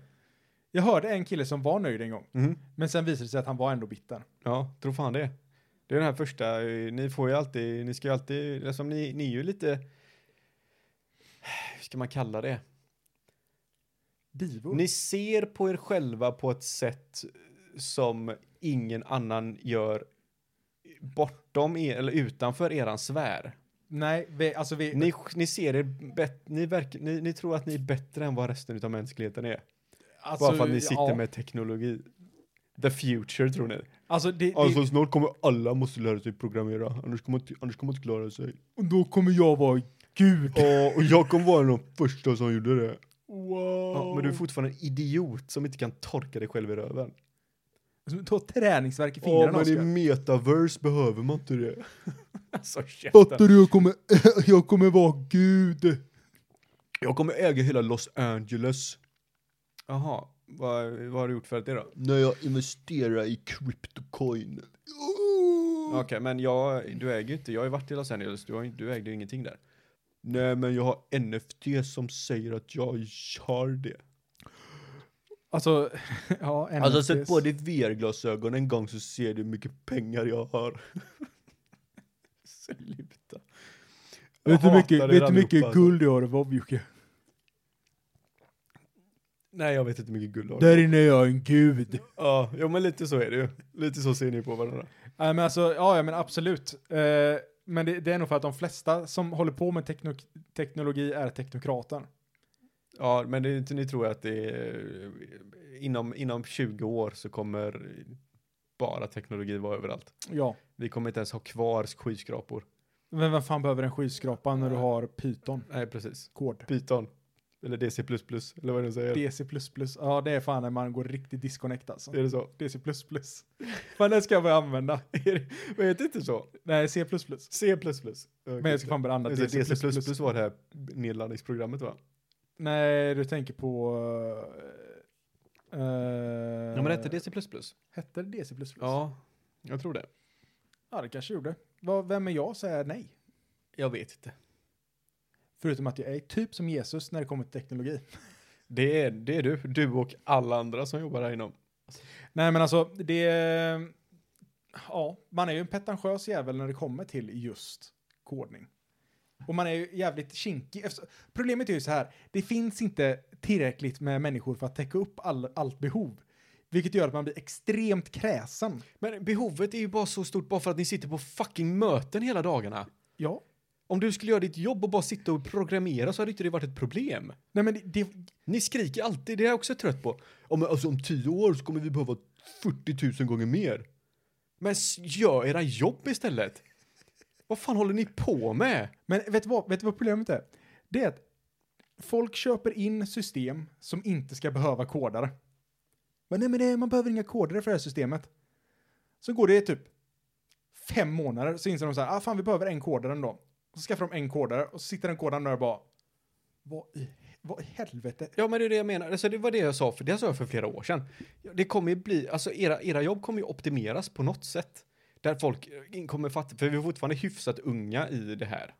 Jag hörde en kille som var nöjd en gång. Mhm. Men sen visade det sig att han var ändå bitter. Ja, tror fan det. Det är den här första, eh, ni får ju alltid, ni ska ju alltid, alltså, ni, ni är ju lite, hur ska man kalla det? Divor. Ni ser på er själva på ett sätt som ingen annan gör bortom er, eller utanför eran sfär. Nej, vi, alltså vi... Ni, ni ser er, bet, ni, verk, ni, ni tror att ni är bättre än vad resten av mänskligheten är. alltså, bara för att ni sitter ja. med teknologi. The future tror ni. Alltså, det, det, snart kommer alla måste lära sig programmera, annars kommer man annars kommer man inte klara sig. och då kommer jag vara gud. och jag kommer vara den första som gjorde det. Wow. men du är fortfarande en idiot som inte kan torka dig själv i röven. Som- Ta träningsvärk i fingrarna, Oskar. metaverse behöver man inte det. alltså Fattar käften. du? Jag kommer, jag kommer vara gud. Jag kommer äga hela Los Angeles. Jaha, vad, vad har du gjort för det då? När jag investerar i cryptocoin. Okej, men jag, du äger ju inte, jag har ju varit i Los Angeles, du, har, ju- du ägde ju ingenting där. Nej, men jag har NFT som säger att jag har det. Alltså, ja, en Alltså sätt på dig VR-glasögon en gång så ser du hur mycket pengar jag har. Sluta. Jag Vet du hur hatar mycket, er vet du hur mycket allihopa, alltså. guld jag har av Jocke? Nej, jag vet inte hur mycket guld jag har. Där inne är jag en gud. Ja, jo, men lite så är det ju. Lite så ser ni på varandra. Nej, men alltså, ja, ja, men absolut. Eh, men det, det är nog för att de flesta som håller på med tekno- teknologi är teknokrater. Ja, men det, är inte- ni tror att det är, inom, inom 20 år så kommer bara teknologi vara överallt. Ja. Vi kommer inte ens ha kvar skyskrapor. Men vem fan behöver en skyskrapa när du har Python? Nej, precis. Kod. Python. Eller DC++, eller vad du säger. DC++. Ja, det är fan när man går riktigt disconnect alltså. Är det så? DC++. Fan, den ska jag börja använda. Men heter det inte så? Nej, C++. C++. Men jag ska fan börja använda Just DC++. det, DC++ var det här nedladdningsprogrammet va? Nej, du tänker på... Uh, Ja men hette DC++? Hette det DC++? Ja, jag tror det. Ja, det kanske gjorde. Vad- Vem är jag säger nej? Jag vet inte. Förutom att jag är typ som Jesus när det kommer till teknologi. Det är, det är du, du och alla andra som jobbar här inom. Nej, men alltså det... Ja, man är ju en petentiös jävel när det kommer till just kodning. Och man är ju jävligt kinkig. Efter- Problemet är ju så här, det finns inte tillräckligt med människor för att täcka upp all, allt behov. Vilket gör att man blir extremt kräsen. Men behovet är ju bara så stort bara för att ni sitter på fucking möten hela dagarna. Ja. Om du skulle göra ditt jobb och bara sitta och programmera så hade inte det varit ett problem. Nej, men det, det, Ni skriker alltid, det är jag också trött på. Ja, men alltså om tio år så kommer vi alltså. behöva 40 000 gånger mer. Men s- gör era jobb istället. Vad fan håller ni på med? Men vet du, vad, vet du vad problemet är? Det är att folk köper in system som inte ska behöva kodare. Men nej, men det, man behöver inga kodare för det här systemet. Så går det typ fem månader så inser de så här, ah fan vi behöver en kodare ändå. Och så skaffar de en kodare och så sitter den kodaren där och bara, vad i, vad i helvete? Ja, men det är det jag menar. Alltså, det var det jag sa för, det sa jag för flera år sedan. Det kommer ju bli, alltså era, era jobb kommer ju optimeras på något sätt. Där folk eh, kommer fatta, för vi är fortfarande hyfsat unga i det här.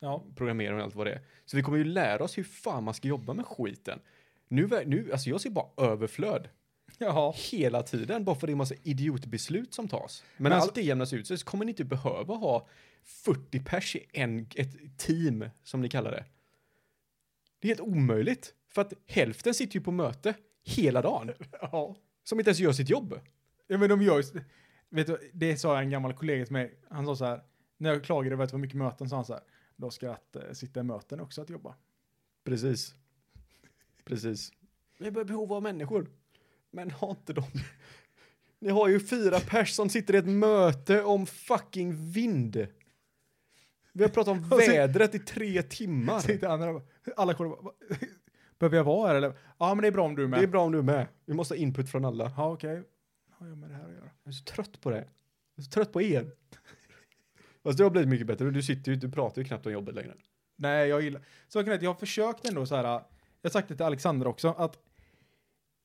Ja. Programmering och allt vad det är. Så vi kommer ju lära oss hur fan man ska jobba med skiten. Nu, ver- nu alltså jag ser bara överflöd Jaha. hela tiden bara för det är en massa idiotbeslut som tas. Men, Men när alltså- allt det jämnas ut så kommer ni inte behöva ha 40 pers i en, ett team som ni kallar det. Det är helt omöjligt för att hälften sitter ju på möte hela dagen Ja. som inte ens gör sitt jobb. Ja men de gör ju... Vet du, det sa en gammal kollega till mig. Han sa så här, när jag klagade över att det var mycket möten, sa han så här, då ska att eh, sitta i möten också att jobba. Precis. Precis. Vi har behov av människor. Men har inte de... Ni har ju fyra pers som sitter i ett möte om fucking vind. Vi har pratat om Och så- vädret i tre timmar. Sitter andra och bara- alla kollar bara, "Va? behöver jag vara här eller? Ja men det är bra om du är med. Det är bra om du är med. Vi måste ha input från alla. Ja okej. har jag med det här att göra? Jag är så trött på det. Jag är så trött på er. Fast det har blivit mycket bättre. Du sitter ju, du pratar ju knappt om jobbet längre. Nej, jag gillar... Så jag, jag har försökt ändå så här, jag har sagt det till Alexander också, att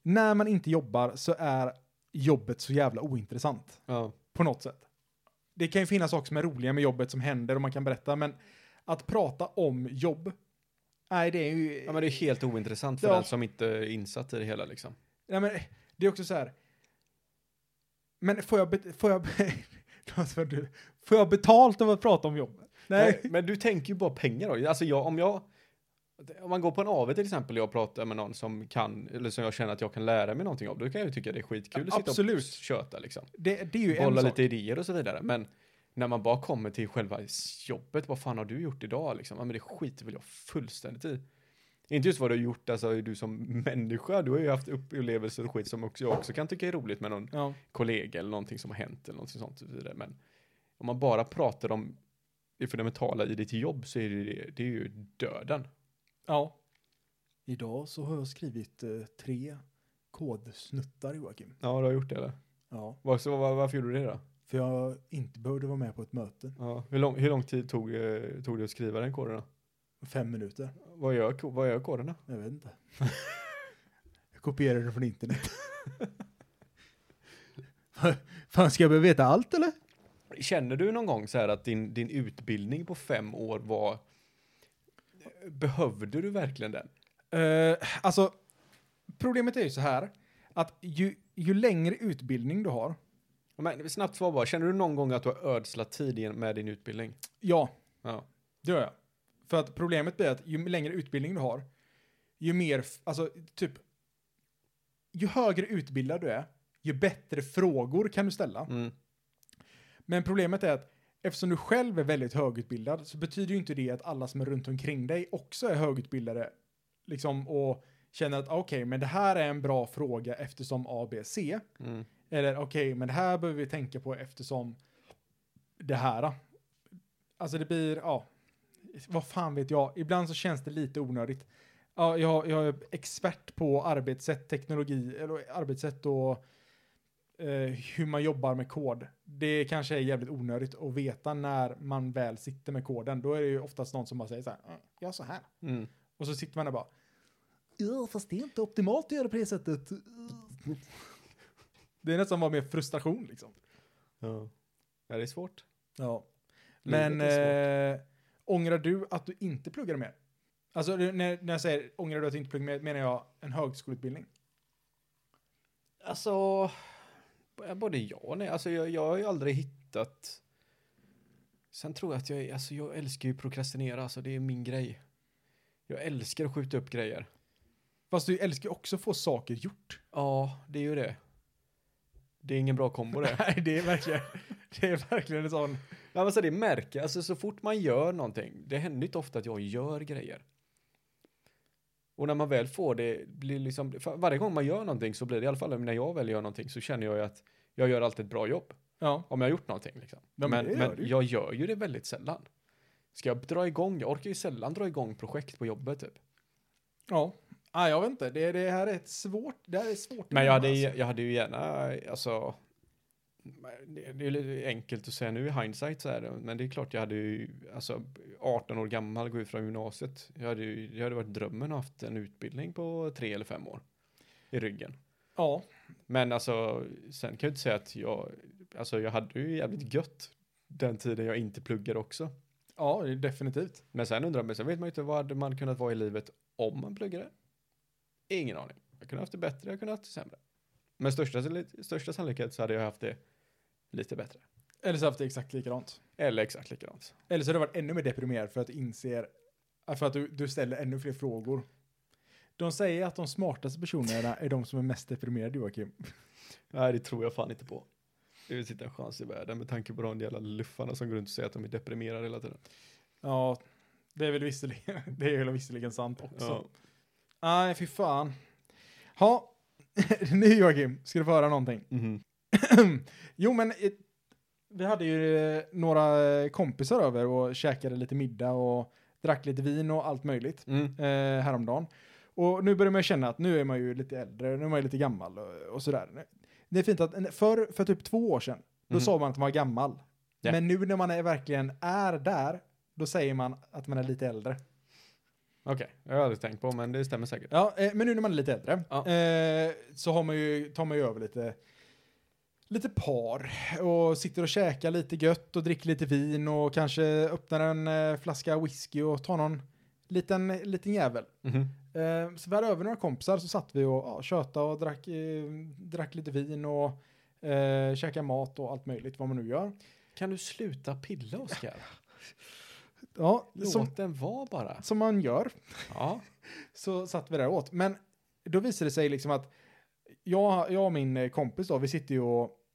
när man inte jobbar så är jobbet så jävla ointressant. Ja. på något sätt. Det kan ju finnas saker som är roliga med jobbet som händer och man kan berätta, men att prata om jobb, nej det är ju... ja men det är helt ointressant för Ja. den som inte är insatt i det hela liksom. nej, men, det är också så här... Men får jag, bet- får jag, Alltså, du- får jag betalt av att prata om jobb? Nej. Men, men du tänker ju bara pengar då. Alltså jag, om jag, om man går på en AV till exempel och jag pratar med någon som kan, eller som jag känner att jag kan lära mig någonting av, då kan jag ju tycka det är skitkul att Absolut. sitta och köta liksom. Det, det är ju Bolla en lite sak. idéer och så vidare. Men när man bara kommer till själva jobbet, vad fan har du gjort idag liksom? Ja men det skiter väl jag fullständigt i. Inte just vad du har gjort, alltså du som människa, du har ju haft upplevelser och skit som också jag också kan tycka är roligt med någon Ja. kollega eller någonting som har hänt eller någonting sånt och så vidare. Men om man bara pratar om det fundamentala i ditt jobb så är det, ju- det är ju döden. ja. Idag så har jag skrivit eh, tre kodsnuttar Joakim. Ja, du har gjort det eller? Ja. Var, så, var, varför gjorde du det då? För jag inte behövde vara med på ett möte. Ja. Hur, lång, hur lång tid tog, eh, tog det att skriva den koden då? Fem minuter. Vad gör, ko- vad gör koden då? Jag vet inte. jag kopierade den från internet. Vad- Fan, ska jag behöva veta allt eller? Känner du någon gång så här att din, din utbildning på fem år var Behövde du verkligen den? Eh, alltså, problemet är ju så här, att ju, ju längre utbildning du har, Ja, Men, snabbt svar bara, känner du någon gång att du har ödslat tid igen- med din utbildning? ja, Ja. Det gör jag. För att problemet blir att ju längre utbildning du har, ju mer, f- alltså typ, ju högre utbildad du är, ju bättre frågor kan du ställa. Mm. Men problemet är att eftersom du själv är väldigt högutbildad så betyder ju inte det att alla som är runt omkring dig också är högutbildade. Liksom och känner att "Ah, okej, men det här är en bra fråga eftersom A, B, C. Mm. Eller okej, men det här behöver vi tänka på eftersom det här. Alltså det blir, ja, vad fan vet jag. Ibland så känns det lite onödigt. Ja, jag, jag är expert på arbetssätt, teknologi, eller arbetssätt och eh, hur man jobbar med kod. Det kanske är jävligt onödigt att veta när man väl sitter med koden. Då är det ju oftast någon som bara säger så här, "Mm, gör så här. Mm. Och så sitter man där bara, Ja, fast det är inte optimalt att göra på det sättet. det är nästan bara mer frustration liksom. Ja. ja, det är svårt. Ja. Livet Men är eh, ångrar du att du inte pluggade mer? Alltså det- när, när jag säger ångrar du att du inte pluggade mer menar jag en högskoleutbildning. Alltså, b- både ja och nej. Alltså, jag, jag har ju aldrig hittat... Sen tror jag att jag, alltså, jag älskar ju prokrastinera, alltså det är min grej. Jag älskar att skjuta upp grejer. Fast du älskar ju också att få saker gjort. Ja, det är ju det. Det är ingen bra kombo det. Nej, det är verkligen, det är verkligen en sån. Nej, men så det märker, alltså så fort man gör någonting, det händer inte ofta att jag gör grejer. Och när man väl får det, blir liksom, för varje gång man gör någonting så blir det i alla fall när jag väl gör någonting så känner jag ju att jag gör alltid ett bra jobb. Ja. Om jag har gjort någonting liksom. Ja, men men det gör men du. jag gör ju det väldigt sällan. Ska jag dra igång, jag orkar ju sällan dra igång projekt på jobbet typ. Ja. Ah, jag vet inte, det, det här är ett svårt, det här är svårt. Men jag hade, alltså. ju- jag hade ju gärna, alltså, det, det är lite enkelt att säga nu i hindsight så är det, men det är klart jag hade ju, alltså 18 år gammal, gå ut från gymnasiet, jag hade ju, det hade varit drömmen att ha haft en utbildning på tre eller fem år i ryggen. Ja. Men alltså, sen kan jag inte säga att jag, alltså jag hade ju jävligt gött den tiden jag inte pluggade också. Ja, det är definitivt. Men sen undrar man, sen vet man ju inte vad hade man kunnat vara i livet om man pluggade. Ingen aning. Jag kunde haft det bättre, jag kunde haft det sämre. Men största, största sannolikhet så hade jag haft det lite bättre. Eller så har jag haft det exakt likadant. Eller exakt likadant. Eller så har du varit ännu mer deprimerad för att du inser, för att du, du ställer ännu fler frågor. De säger att de smartaste personerna är de som är mest deprimerade, Joakim. Nej, det tror jag fan inte på. Det vill sitta en chans i världen med tanke på de jävla luffarna som går runt och säger att de är deprimerade hela tiden. Ja, det är väl visserligen, det är väl visserligen sant också. Ja. Nej, fy fan. Ja, nu Joakim, ska du få höra någonting. Mhm. jo, men eh, vi hade ju eh, några eh, kompisar över och käkade lite middag och drack lite vin och allt möjligt Mm. eh, häromdagen. Och nu börjar man känna att nu är man ju lite äldre, nu är man ju lite gammal och, och sådär. det är fint att för, för typ två år sedan, då Mhm. sa man att man var gammal. Ja. Men nu när man är, verkligen är där, då säger man att man är lite äldre. Okej, jag har aldrig tänkt på, men det stämmer säkert. Ja, eh, men nu när man är lite äldre Ja. eh, så har man ju, tar man ju över lite, lite par och sitter och käkar lite gött och dricker lite vin och kanske öppnar en eh, flaska whisky och tar någon liten, liten jävel. Mhm. Eh, så vi hade över några kompisar så satt vi och ja, tjötade och drack, eh, drack lite vin och eh, käkade mat och allt möjligt vad man nu gör. Kan du sluta pilla, Oskar? Ja, Låt som, den vara bara. som man gör. Ja. så satt vi där åt. Men då visade det sig liksom att jag, jag och min eh, kompis då, vi sitter ju och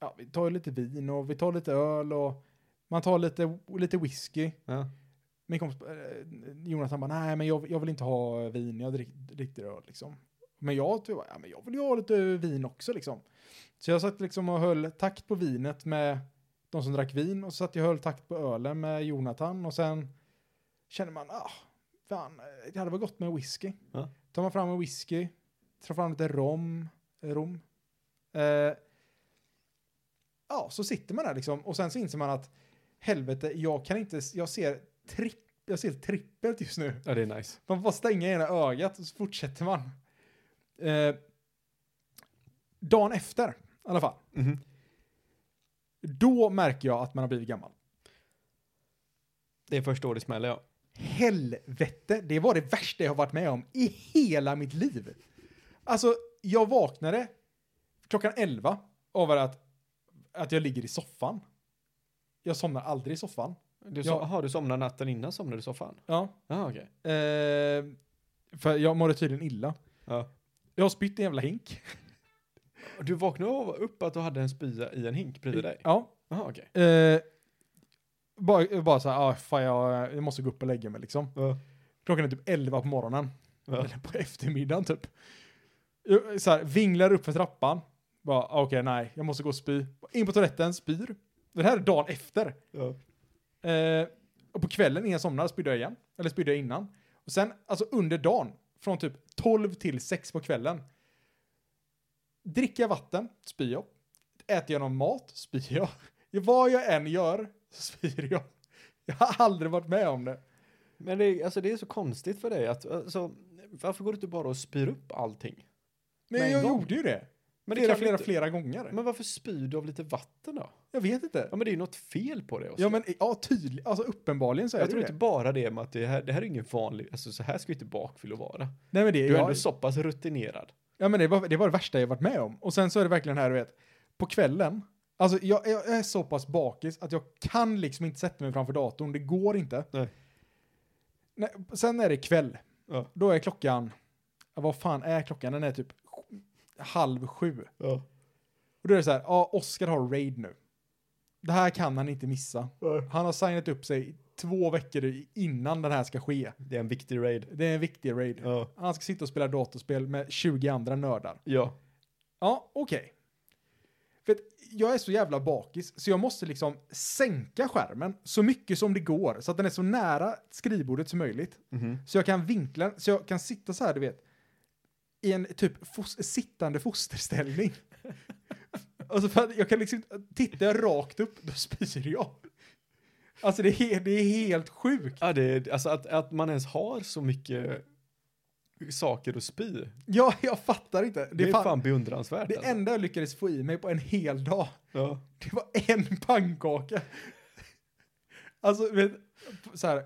ja, vi tar ju lite vin och vi tar lite öl och man tar lite, lite whisky. ja. Min kompis, eh, Jonathan bara, nej men jag, jag vill inte ha vin, jag dricker riktig öl liksom. Men jag, typ, ja, men jag vill ju ha lite vin också liksom. Så jag satt liksom och höll takt på vinet med de som drack vin och så satt jag och höll takt på ölen med Jonathan och sen känner man, ah, fan, eh, det hade varit gott med whisky. Ja. Tar man fram en whisky, tar fram lite rom, eh, rom. Eh, ja, så sitter man där liksom och sen så inser man att helvete, jag kan inte, jag ser tripp, jag ser trippelt just nu. ja, det är nice. Man får bara stänga ena ögat och så fortsätter man. Eh, dagen efter, i alla fall, Mhm. då märker jag att man har blivit gammal. Det är första året smäller jag. Helvete, det var det värsta jag har varit med om i hela mitt liv. Alltså, jag vaknade klockan 11 av att, att jag ligger i soffan. Jag somnar aldrig i soffan. Du, Ja. som, aha, du somnade natten innan, somnade du i soffan? Ja. Ja, okej. Eh, för jag mådde tydligen illa. Ja. Jag har spytt i en jävla hink. Du vaknade av- upp att du hade en spya i en hink bredvid dig? Ja. Jaha, okej. Eh, bara, bara så här, ah, fan jag, jag måste gå upp och lägga mig liksom. Klockan är typ 11 på morgonen. Ja. Eller på eftermiddagen typ. Jag, Så här, vinglar upp för trappan. Bara, ah, okej, nej, jag måste gå och spy. In på toaletten, spyr. Det här är dagen efter. Ja. Eh, och på kvällen innan jag somnade spydde jag igen. Eller spydde jag innan. Och sen, alltså under dagen, från typ 12 till 6 på kvällen. Dricker jag vatten, spyr jag. Äter jag någon mat, spyr jag. Vad jag än gör, så spyr jag. Jag har aldrig varit med om det. Men det, är- alltså, det är så konstigt för dig att, alltså, varför går du inte bara och spyr upp allting? Men, Med en jag gång. gjorde ju det. Men det flera, kan flera, inte, flera gånger. Men varför spyr du av lite vatten då? jag vet inte. Ja, men det är ju något fel på det, Oskar. Ja, men ja, tydligt. Alltså uppenbarligen så är jag det tror ju inte bara det med att det här, det här är ingen vanlig, alltså så här ska ju inte bakfyllor vara. det. Nej, men det, Du är jag, ändå så pass rutinerad. ja, men det, var, det var det värsta jag varit med om. Och sen så är det verkligen här, du vet, på kvällen. Alltså jag, jag är så pass bakis att jag kan liksom inte sätta mig framför datorn. Det går inte. Nej. Nej, sen är det kväll. Ja. Då är klockan, ja, vad fan är klockan? Den är typ sj- halv sju. Ja. Och då är det så här, ja, Oscar har raid nu. Det här kan han inte missa. Han har signat upp sig två veckor i- innan den här ska ske. Det är en viktig raid. Det är en viktig raid. Ja. Han ska sitta och spela datorspel med 20 andra nördar. Ja. Ja, okej. För att jag är så jävla bakis så jag måste liksom sänka skärmen så mycket som det går så att den är så nära skrivbordet som möjligt. Mhm. Så jag kan vinkla den, så jag kan sitta så här, du vet, i en typ fos- sittande fosterställning. alltså för att jag kan liksom, tittar jag rakt upp, då spyr jag. Alltså det är, he- det är helt sjukt. Ja, det är, alltså att, att man ens har så mycket saker att spy. Det, Ja, jag fattar inte. Det, är fan- fan, beundransvärt. det alltså. enda jag lyckades få i mig på en hel dag ja. Det var en pannkaka. Alltså, vet, så här,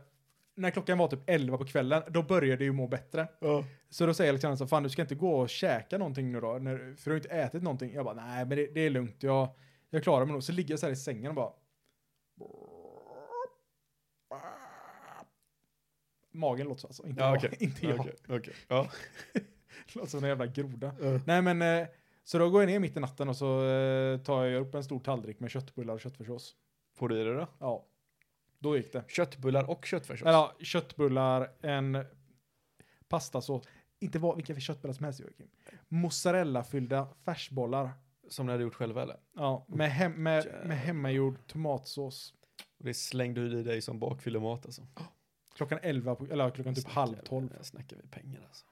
när klockan var typ 11 på kvällen, då började det ju må bättre. Ja. Så då säger Alexander så fan du ska inte gå och käka någonting nu då, när, för du har inte ätit någonting. Jag bara, nej men det, det är lugnt, jag, jag klarar mig nog. Så ligger jag så här i sängen och bara... Magen låter så alltså, inte Ja, jag. okej. Inte jag. Ja, okej, okej. Ja. Låter som en jävla groda. Ja. Nej men, eh, så då går jag ner mitt i natten och så eh, tar jag upp en stor tallrik med köttbullar och köttfärssås. Får du i dig det då? Ja, då gick det. Köttbullar och köttfärssås? Eller ja, köttbullar, en pastasås. Inte vad, vilka köttbullar som helst Joakim. Mozzarella-fyllda färsbollar. Som ni hade gjort själva eller? Ja, med, hem, med, Jävlar. med hemmagjord tomatsås. Och det slängde du i dig som bakfyllemat alltså. Klockan 11, på, eller klockan typ Snackar halv vi- tolv. Snackar vi pengar alltså.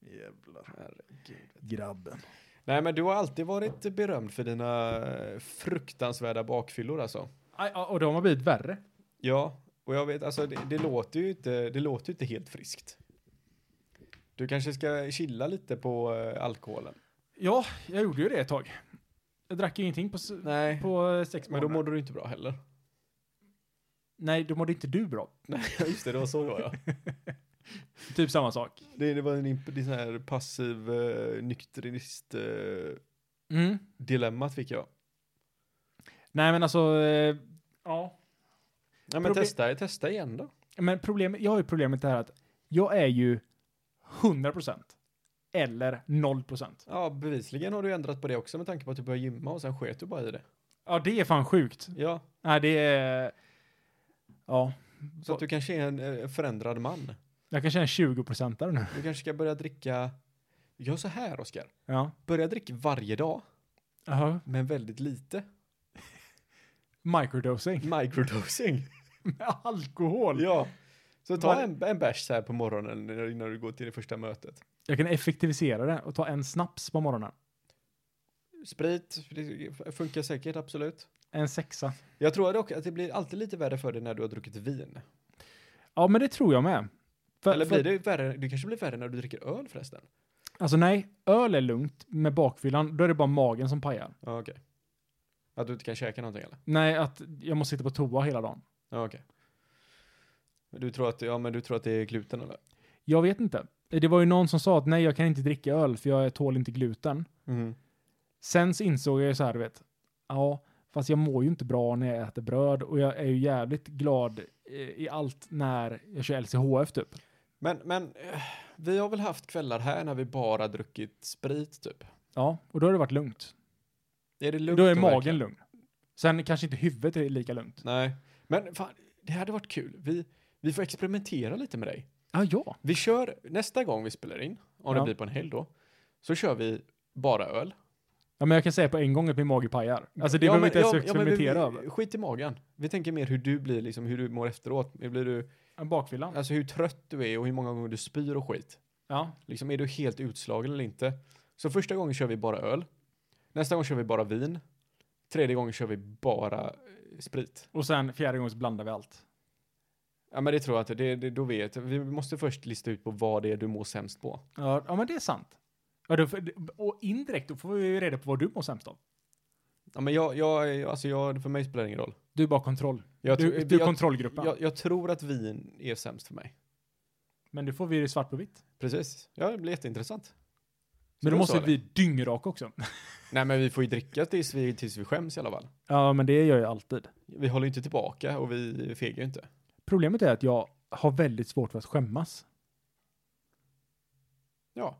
Jävlar. Herregud. Grabben. Nej, men du har alltid varit berömd för dina eh, fruktansvärda bakfyllor alltså. Aj, ja, Och de har blivit värre. Ja, och jag vet, alltså det, det låter ju inte, det låter ju inte helt friskt. Du kanske ska chilla lite på eh, alkoholen. Ja, jag gjorde ju det ett tag. Jag drack ju ingenting på, s- Nej. på eh, sex Men då månader. mådde du inte bra heller. Nej, då mådde inte du bra. Nej, just det, det var så då ja. Typ samma sak. Det, det var en imp- det är sån här passiv eh, nykterist eh, Mm. dilemmat fick jag. Nej, men alltså... Eh, ja. Ja, men Proble- testa, testa igen då. Men problemet, jag har ju problemet här att jag är ju 100% eller 0%. Ja, bevisligen har du ändrat på det också med tanke på att du började gymma och sen sket du bara i det. Ja, det är fan sjukt. Ja, Nej, det är... Ja. så att du kanske är en eh, förändrad man. Jag kanske är en 20-procentare nu. Du kanske ska börja dricka, gör så här Oskar. Ja. Börja dricka varje dag, Jaha. men väldigt lite. Microdosing. Microdosing. Med alkohol. ja. Så ta Var- en, en bärs så här på morgonen när- innan du går till det första mötet. Jag kan effektivisera det och ta en snaps på morgonen. Sprit, det funkar säkert, absolut. En sexa. Jag tror dock att det blir alltid lite värre för dig när du har druckit vin. Ja, men det tror jag med. För, Eller för- blir det värre, det kanske blir värre när du dricker öl förresten. Alltså nej, öl är lugnt med bakfyllan. Då är det bara magen som pajar. Ja, okej. Att du inte kan käka någonting eller? Nej, att jag måste sitta på toa hela dagen. Ja, okej. Men Du tror att, ja men du tror att det är gluten eller? Jag vet inte. Det var ju någon som sa att nej, jag kan inte dricka öl för jag tål inte gluten. Mm. Sen så insåg jag ju så här, du vet. Ja, fast jag mår ju inte bra när jag äter bröd och jag är ju jävligt glad eh, i allt när jag kör LCHF typ. Men, men eh, vi har väl haft kvällar här när vi bara druckit sprit typ. Ja, och då har det varit lugnt. Är det lugnt då är att magen verkligen- lugn. Sen kanske inte huvudet är lika lugnt. Nej, men fan, det hade varit kul. Vi, vi får experimentera lite med dig. Ah, ja, Vi kör, nästa gång vi spelar in, om det Ja. blir på en helg då, så kör vi bara öl. ja. men jag kan säga på en gång att min mage pajar. Alltså det behöver Ja, men- vi inte ens ja, ja, men vi- experimentera över. Skit i magen. Vi tänker mer hur du blir, liksom, hur du mår efteråt. Hur Blir du, En bakfylla. alltså hur trött du är och hur många gånger du spyr och skit. Ja. Liksom, är du helt utslagen eller inte? Så första gången kör vi bara öl. Nästa gång kör vi bara vin. Tredje gången kör vi bara eh, sprit. Och sen fjärde gången så blandar vi allt. Ja, men det tror jag att det, det, då vet jag. Vi måste först lista ut på vad det är du mår sämst på. Ja, ja men det är sant. Ja, då, och indirekt, då får vi ju reda på vad du mår sämst av. Ja, men jag, jag, alltså jag, för mig spelar det ingen roll. Du är bara kontroll. Jag, du tror- du är jag, kontrollgruppen. jag, jag tror att vin är sämst för mig. Men du får vi det svart på vitt. Precis. Ja, det blir jätteintressant. Ska Men vi då måste så, vi dyngraka också. Nej, men vi får ju dricka tills vi, tills vi skäms i alla fall. Ja, men det gör jag alltid. Vi håller ju inte tillbaka och vi fegar ju inte. Problemet är att jag har väldigt svårt för att skämmas. Ja.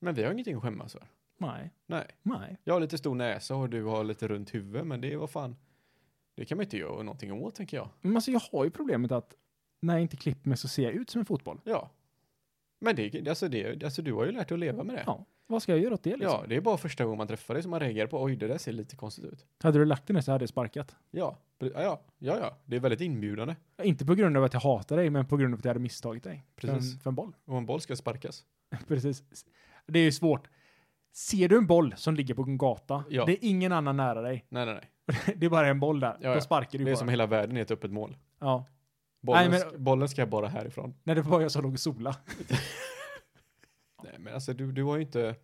Men vi har ingenting att skämmas för. Nej, Nej. nej. Jag har lite stor näsa och du har lite runt huvud, men det är vad fan. Det kan man inte göra någonting åt, tänker jag. Men alltså jag har ju problemet att när jag inte klipper mig så ser jag ut som en fotboll. Ja. Men det, alltså det, alltså du har ju lärt dig att leva med det. Ja, vad ska jag göra åt det liksom? Ja, det är bara första gången man träffar dig som man reagerar på, oj det där ser lite konstigt ut. Hade du lagt den här så hade jag sparkat. Ja, pre- ja, ja, ja, ja. det är väldigt inbjudande. Inte på grund av att jag hatar dig, men på grund av att jag hade misstagit dig. För, Precis. en, för en boll. Och en boll ska sparkas. Precis. Det är ju svårt. Ser du en boll som ligger på en gata, Ja. det är ingen annan nära dig. Nej, nej, nej. Det är bara en boll där. Ja, Då ja. sparkar du Det är bara. som hela världen är ett öppet mål. ja. Bollen, Nej, sk- bollen ska bara härifrån. När det var jag som låg och sola. Nej, men alltså du, du har ju inte,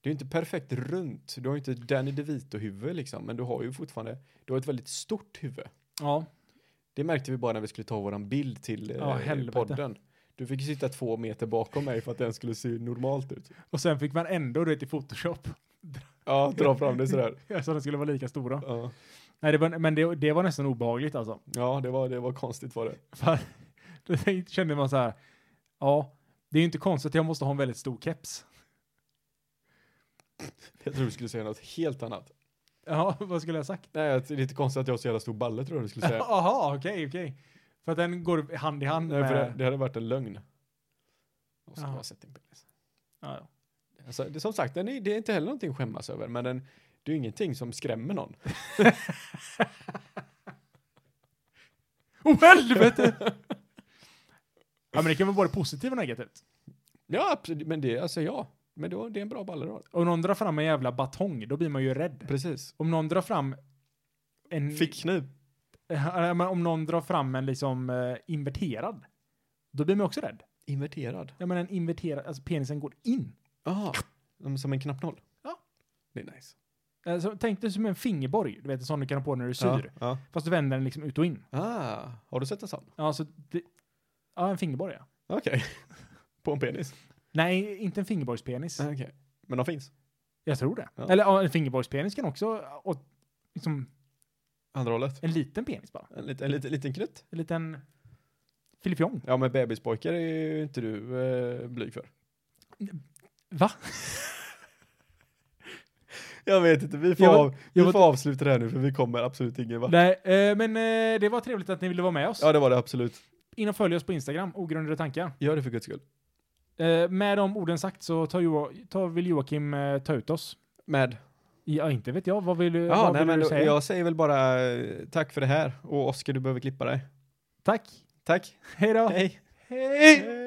du är inte perfekt runt. Du har ju inte Danny DeVito-huvud liksom, men du har ju fortfarande, du har ett väldigt stort huvud. Ja. Det märkte vi bara när vi skulle ta våran bild till eh, Ja, helvete. podden. Du fick ju sitta två meter bakom mig för att den skulle se normalt ut. Och sen fick man ändå, du vet, i Photoshop. Ja, dra fram det sådär. Så de skulle vara lika stora. Ja, Nej, det var, men det, det var nästan obehagligt alltså. ja det, var, det var konstigt var det. För då tänkte- kände man så här, ja, det är ju inte konstigt att jag måste ha en väldigt stor keps. Jag tror du skulle säga något helt annat. Ja, vad skulle jag ha sagt? Nej, det är lite konstigt att jag har så jävla stor balle tror jag du skulle säga. Jaha, okej, okej. För att den går hand i hand Nej, med... för det, det hade varit en lögn. Och så Jaha. har jag sett din penis. Ja, ja. Alltså, det, som sagt, den är, det är inte heller någonting att skämmas över, men den, det är ju ingenting som skrämmer någon. Oh, helvete! ja, men det kan vara både positivt och negativt. Ja, absolut, men det, alltså ja. Men då, det är en bra balle du har. Om någon drar fram en jävla batong, då blir man ju rädd. Precis. Om någon drar fram en... Mm. Fickkniv. Eh, Ja, men om någon drar fram en liksom eh, inverterad, då blir man också rädd. Inverterad. Ja men en inverterad, alltså penisen går in. Jaha. Mm, Som en knappnål. Ja. Det är nice. Alltså, tänk dig som en fingerborg, du vet en sån du kan ha på när du är sur. Ja, ja. Fast du vänder den liksom ut och in. Ah, har du sett en sån? Ja, så det, ja en fingerborg ja. Okej. På en penis? Nej, inte en fingerborgspenis. Ah, Okej. Men de finns? Jag tror det. Ja. Eller ja, en fingerborgspenis kan också, och, liksom Andra hållet? en liten penis bara. En, lit, en liten, liten knutt? En liten filifjong. Ja, men bebispojkar är ju inte du eh, blyg för. Va? Jag vet inte, vi får, Jag- av, vi jag var- får avsluta det här nu för vi kommer absolut ingen vart. Nej, eh, men eh, det var trevligt att ni ville vara med oss. Ja, det var det absolut. In och följ oss på Instagram, ogrundade tankar. Gör det för guds skull. Eh, med de orden sagt så tar, jo, tar vill Joakim eh, ta ut oss. Med. Ja, inte vet jag. Vad vill, du- Ja, vad nej, vill men du då- säga? jag säger väl bara eh, tack för det här. Och Oskar, du behöver klippa dig. Tack. Tack. Hej då. Hej. Hej.